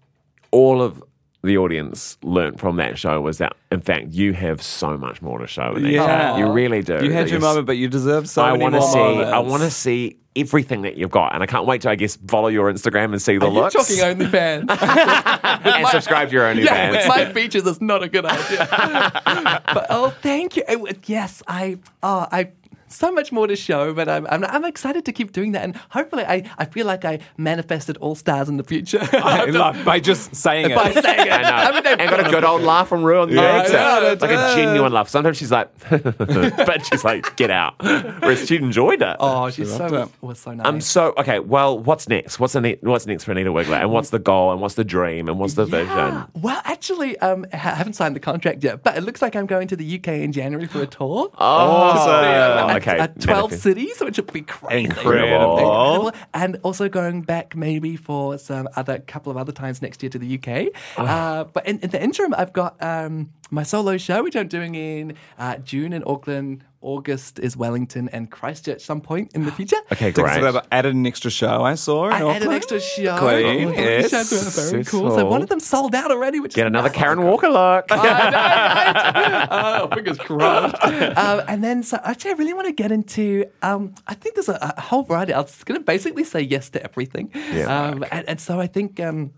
Speaker 1: all of the audience learnt from that show was that, in fact, you have so much more to show. In that
Speaker 2: Yeah.
Speaker 1: show. You really do.
Speaker 2: You
Speaker 1: That
Speaker 2: had your
Speaker 1: you're s-
Speaker 2: moment, but you deserve so
Speaker 1: I
Speaker 2: many
Speaker 1: want to
Speaker 2: more
Speaker 1: see.
Speaker 2: moments.
Speaker 1: I want to see everything that you've got, and I can't wait to, I guess, follow your Instagram and see the
Speaker 4: Are you
Speaker 1: looks [laughs]
Speaker 4: talking OnlyFans?
Speaker 1: and subscribe to your
Speaker 2: [laughs]
Speaker 1: OnlyFans.
Speaker 4: yeah, with my features is not a
Speaker 1: [laughs]
Speaker 4: good idea. but oh, thank you. It was- yes, I. Oh, I. So much more to show, but I'm, I'm, I'm excited to keep doing that, and hopefully, I, I feel like I manifested all stars in
Speaker 1: [laughs]
Speaker 4: the future. [laughs]
Speaker 2: I love by just saying it.
Speaker 4: By saying it.
Speaker 1: I know.
Speaker 4: I mean, they've
Speaker 1: and got a good old laugh from Rue on the
Speaker 2: Yeah,
Speaker 1: exit.
Speaker 2: I know, that's
Speaker 1: like a
Speaker 2: right.
Speaker 1: genuine laugh. Sometimes she's like, [laughs] but she's like, get out. Whereas she enjoyed it.
Speaker 4: Oh, she's so
Speaker 2: loved
Speaker 4: was so nice.
Speaker 1: I'm so okay. Well, what's next? What's the ne- what's next for Anita Wiggler? And what's the goal? And what's the dream? And what's the
Speaker 4: Yeah.
Speaker 1: vision?
Speaker 4: Ah, Well, actually, um, I haven't signed the contract yet, but it looks like I'm going to the UK in January for a tour.
Speaker 1: Awesome.
Speaker 4: Uh,
Speaker 1: Oh, okay.
Speaker 4: uh, 12
Speaker 1: manifest-
Speaker 4: cities, which would be crazy.
Speaker 1: Incredible.
Speaker 4: Incredible. And also going back maybe for some other couple of other times next year to the UK.
Speaker 1: Ah.
Speaker 4: Uh, but in, in the interim, I've got um, my solo show, which I'm doing in uh, June in Auckland. August is Wellington and Christchurch some point
Speaker 1: [gasps]
Speaker 4: in the future.
Speaker 1: Okay,
Speaker 2: Dixie
Speaker 1: great.
Speaker 2: Weber added an extra show I saw. in
Speaker 4: I had an
Speaker 2: Auckland.
Speaker 4: extra show.
Speaker 2: Queen,
Speaker 4: Oh,
Speaker 2: yes.
Speaker 4: show doing very cool. So
Speaker 1: Successful.
Speaker 4: one of them sold out already, which
Speaker 1: Get
Speaker 4: is
Speaker 1: another
Speaker 4: nice.
Speaker 1: Karen Walker look.
Speaker 4: Oh, fingers crossed. [laughs] um, and then, so actually, I really want to get into. Um, I think there's a, a whole variety. I'm just going to basically say yes to everything.
Speaker 1: Yeah.
Speaker 4: Um, and, and so I think. Um,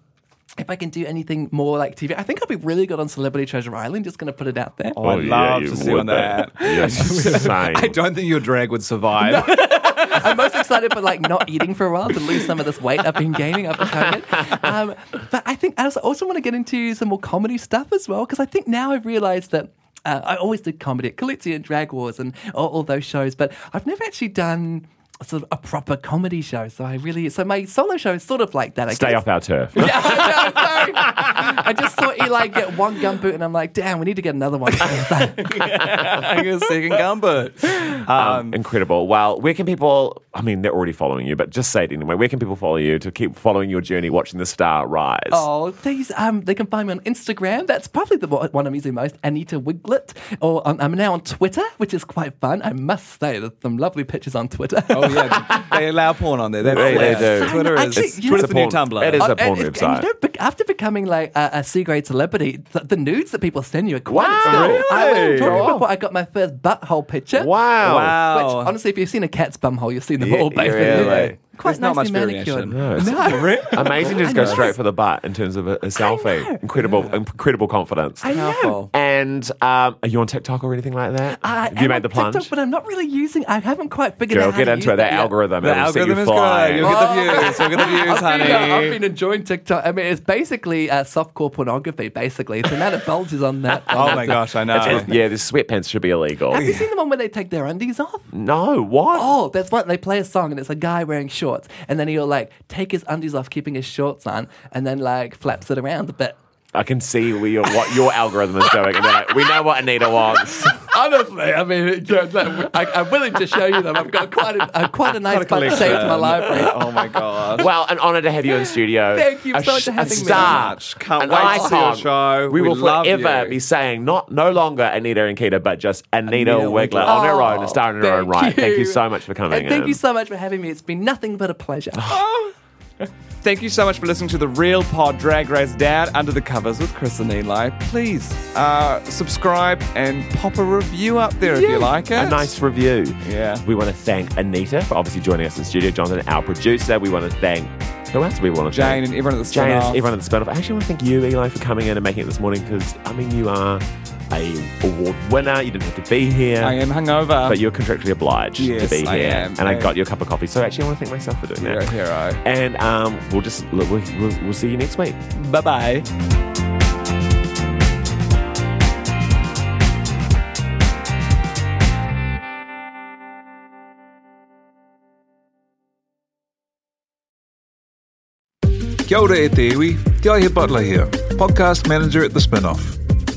Speaker 4: if I can do anything more like TV, I think I'll be really good on Celebrity Treasure Island. Just going to put it out there.
Speaker 2: Oh, I'd love
Speaker 1: you
Speaker 2: to see
Speaker 1: would
Speaker 2: on that. [laughs]
Speaker 1: be. [laughs] You're insane.
Speaker 2: I don't think your drag would survive.
Speaker 4: I'm most excited for like not eating for a while to lose some of this weight I've been gaining after COVID. Um, but I think I also- also want to get into some more comedy stuff as well because I think now I've realised that. Uh, I always did comedy at Calipsy and Drag Wars and all, all those shows, but I've never actually done sort of a proper comedy show. So I really, so my solo show is sort of like that. I
Speaker 1: Stay
Speaker 4: guess.
Speaker 1: off our turf.
Speaker 4: Yeah, [laughs] I know, sorry. I just saw Eli get one gumboot, and I'm like, damn, we need to get
Speaker 1: [laughs]
Speaker 4: another one.
Speaker 2: [laughs] I guess second gumboot.
Speaker 1: Um, incredible. Well, where can people? I mean, they're already following you, but just say it anyway. Where can people follow you to keep following your journey, watching the star rise?
Speaker 4: Oh, please. Um, they can find me on Instagram. That's probably the one one I'm using most, Anita Wiglet. Or um, I'm now on Twitter, which is quite fun. I must say, there's some lovely pictures on Twitter. Oh, [laughs]
Speaker 2: yeah, they allow porn on there. That's,
Speaker 1: They- they
Speaker 2: that's-
Speaker 1: do.
Speaker 2: Twitter is
Speaker 4: Actually, you-
Speaker 2: Twitter's
Speaker 4: It's a
Speaker 2: the new
Speaker 1: porn-
Speaker 2: Tumblr.
Speaker 1: it is a
Speaker 4: Oh,
Speaker 1: porn
Speaker 4: and- and
Speaker 1: website.
Speaker 4: you know, bec- after becoming like a, a C-grade celebrity, th- the nudes that people send you are quite
Speaker 1: Wow,
Speaker 4: exciting. I
Speaker 1: really?
Speaker 4: was talking
Speaker 1: Wow.
Speaker 4: before I got my first butthole picture.
Speaker 1: Wow.
Speaker 2: Wow.
Speaker 4: Which, honestly, if you've seen a cat's bumhole, you've seen them
Speaker 1: Yeah,
Speaker 4: all, basically.
Speaker 1: really.
Speaker 4: They're Quite
Speaker 2: There's not
Speaker 4: nicely
Speaker 2: much
Speaker 4: manicured.
Speaker 2: variation.
Speaker 1: No, it's
Speaker 4: [laughs]
Speaker 1: amazing to just go
Speaker 4: I know.
Speaker 1: straight for the butt in terms of a, a selfie. Incredible, incredible confidence.
Speaker 4: I know.
Speaker 2: Powerful.
Speaker 1: And um, are you on TikTok or anything like that?
Speaker 4: I
Speaker 1: Have you
Speaker 4: am
Speaker 1: made
Speaker 4: on
Speaker 1: the plunge?
Speaker 4: TikTok, but I'm not really using. I haven't quite figured
Speaker 1: Girl,
Speaker 4: out. how
Speaker 1: get
Speaker 4: to
Speaker 1: into
Speaker 4: use
Speaker 1: it. That
Speaker 4: yet.
Speaker 1: algorithm,
Speaker 2: The
Speaker 1: it'll set you
Speaker 2: algorithm is
Speaker 1: flying.
Speaker 2: good. You'll
Speaker 1: Oh.
Speaker 2: get the views. You'll
Speaker 1: [laughs]
Speaker 2: get the views,
Speaker 4: I've been, uh, I've
Speaker 2: honey.
Speaker 4: been enjoying TikTok. I mean, it's basically uh, softcore pornography. Basically, it's the amount of bulges on that.
Speaker 2: Oh my gosh, I know.
Speaker 1: It's- yeah, the sweatpants should be illegal.
Speaker 4: Have you seen the one where they take their undies off?
Speaker 1: No, what?
Speaker 4: Oh, that's what they play a song and it's a guy wearing shorts and then he'll like take his undies off, keeping his shorts on, and then like flaps it around a bit.
Speaker 1: I can see where your, what your algorithm is doing. And they're like, we know what Anita
Speaker 4: [laughs]
Speaker 1: wants.
Speaker 4: Honestly, I mean, it- yeah, no, I, I'm willing to show you them. I've got quite a, a quite a nice bunch saved in my library.
Speaker 2: [laughs] Oh my gosh.
Speaker 1: Well, an honour to have you in studio.
Speaker 4: [laughs] Thank you
Speaker 1: a
Speaker 4: so much for
Speaker 1: a
Speaker 4: having me.
Speaker 1: star,
Speaker 2: So much. Can't
Speaker 1: an
Speaker 2: wait to see your
Speaker 1: icon.
Speaker 2: show.
Speaker 1: We,
Speaker 2: We
Speaker 1: will
Speaker 2: love
Speaker 1: forever
Speaker 2: you.
Speaker 1: be saying not no longer Anita Ankita, but just Anita,
Speaker 2: Anita
Speaker 1: Wigler
Speaker 2: Wigler.
Speaker 1: on her own,
Speaker 4: Oh,
Speaker 1: a star in her own right. Thank you so much for coming.
Speaker 4: And thank
Speaker 1: in.
Speaker 4: you so much for having me. It's been nothing but a pleasure.
Speaker 2: Thank you so much for listening to the Real Pod Drag Race Down Under the Covers with Chris and Eli. Please uh, subscribe and pop a review up there if you like it.
Speaker 1: a nice review.
Speaker 2: Yeah.
Speaker 1: We want to thank Anita for obviously joining us in studio. Jonathan, our producer. We want to thank who else do we want to
Speaker 2: Jane
Speaker 1: thank?
Speaker 2: and everyone at the
Speaker 1: Jane and
Speaker 2: spin-off.
Speaker 1: everyone at the spin-off. I actually want to thank you, Eli, for coming in and making it this morning because I mean you are a award winner. You didn't have to be here.
Speaker 2: I am hungover.
Speaker 1: But you're contractually obliged
Speaker 2: Yes,
Speaker 1: to be here,
Speaker 2: I am.
Speaker 1: and I
Speaker 2: And-
Speaker 1: got you a cup of coffee. So actually, I want to thank myself for doing
Speaker 2: You're a
Speaker 1: that.
Speaker 2: hero.
Speaker 1: And um, we'll just we'll, we'll, we'll see you next week.
Speaker 2: Bye bye.
Speaker 5: Kia ora e te iwi, Te Aihe Butler here, podcast manager at The Spinoff.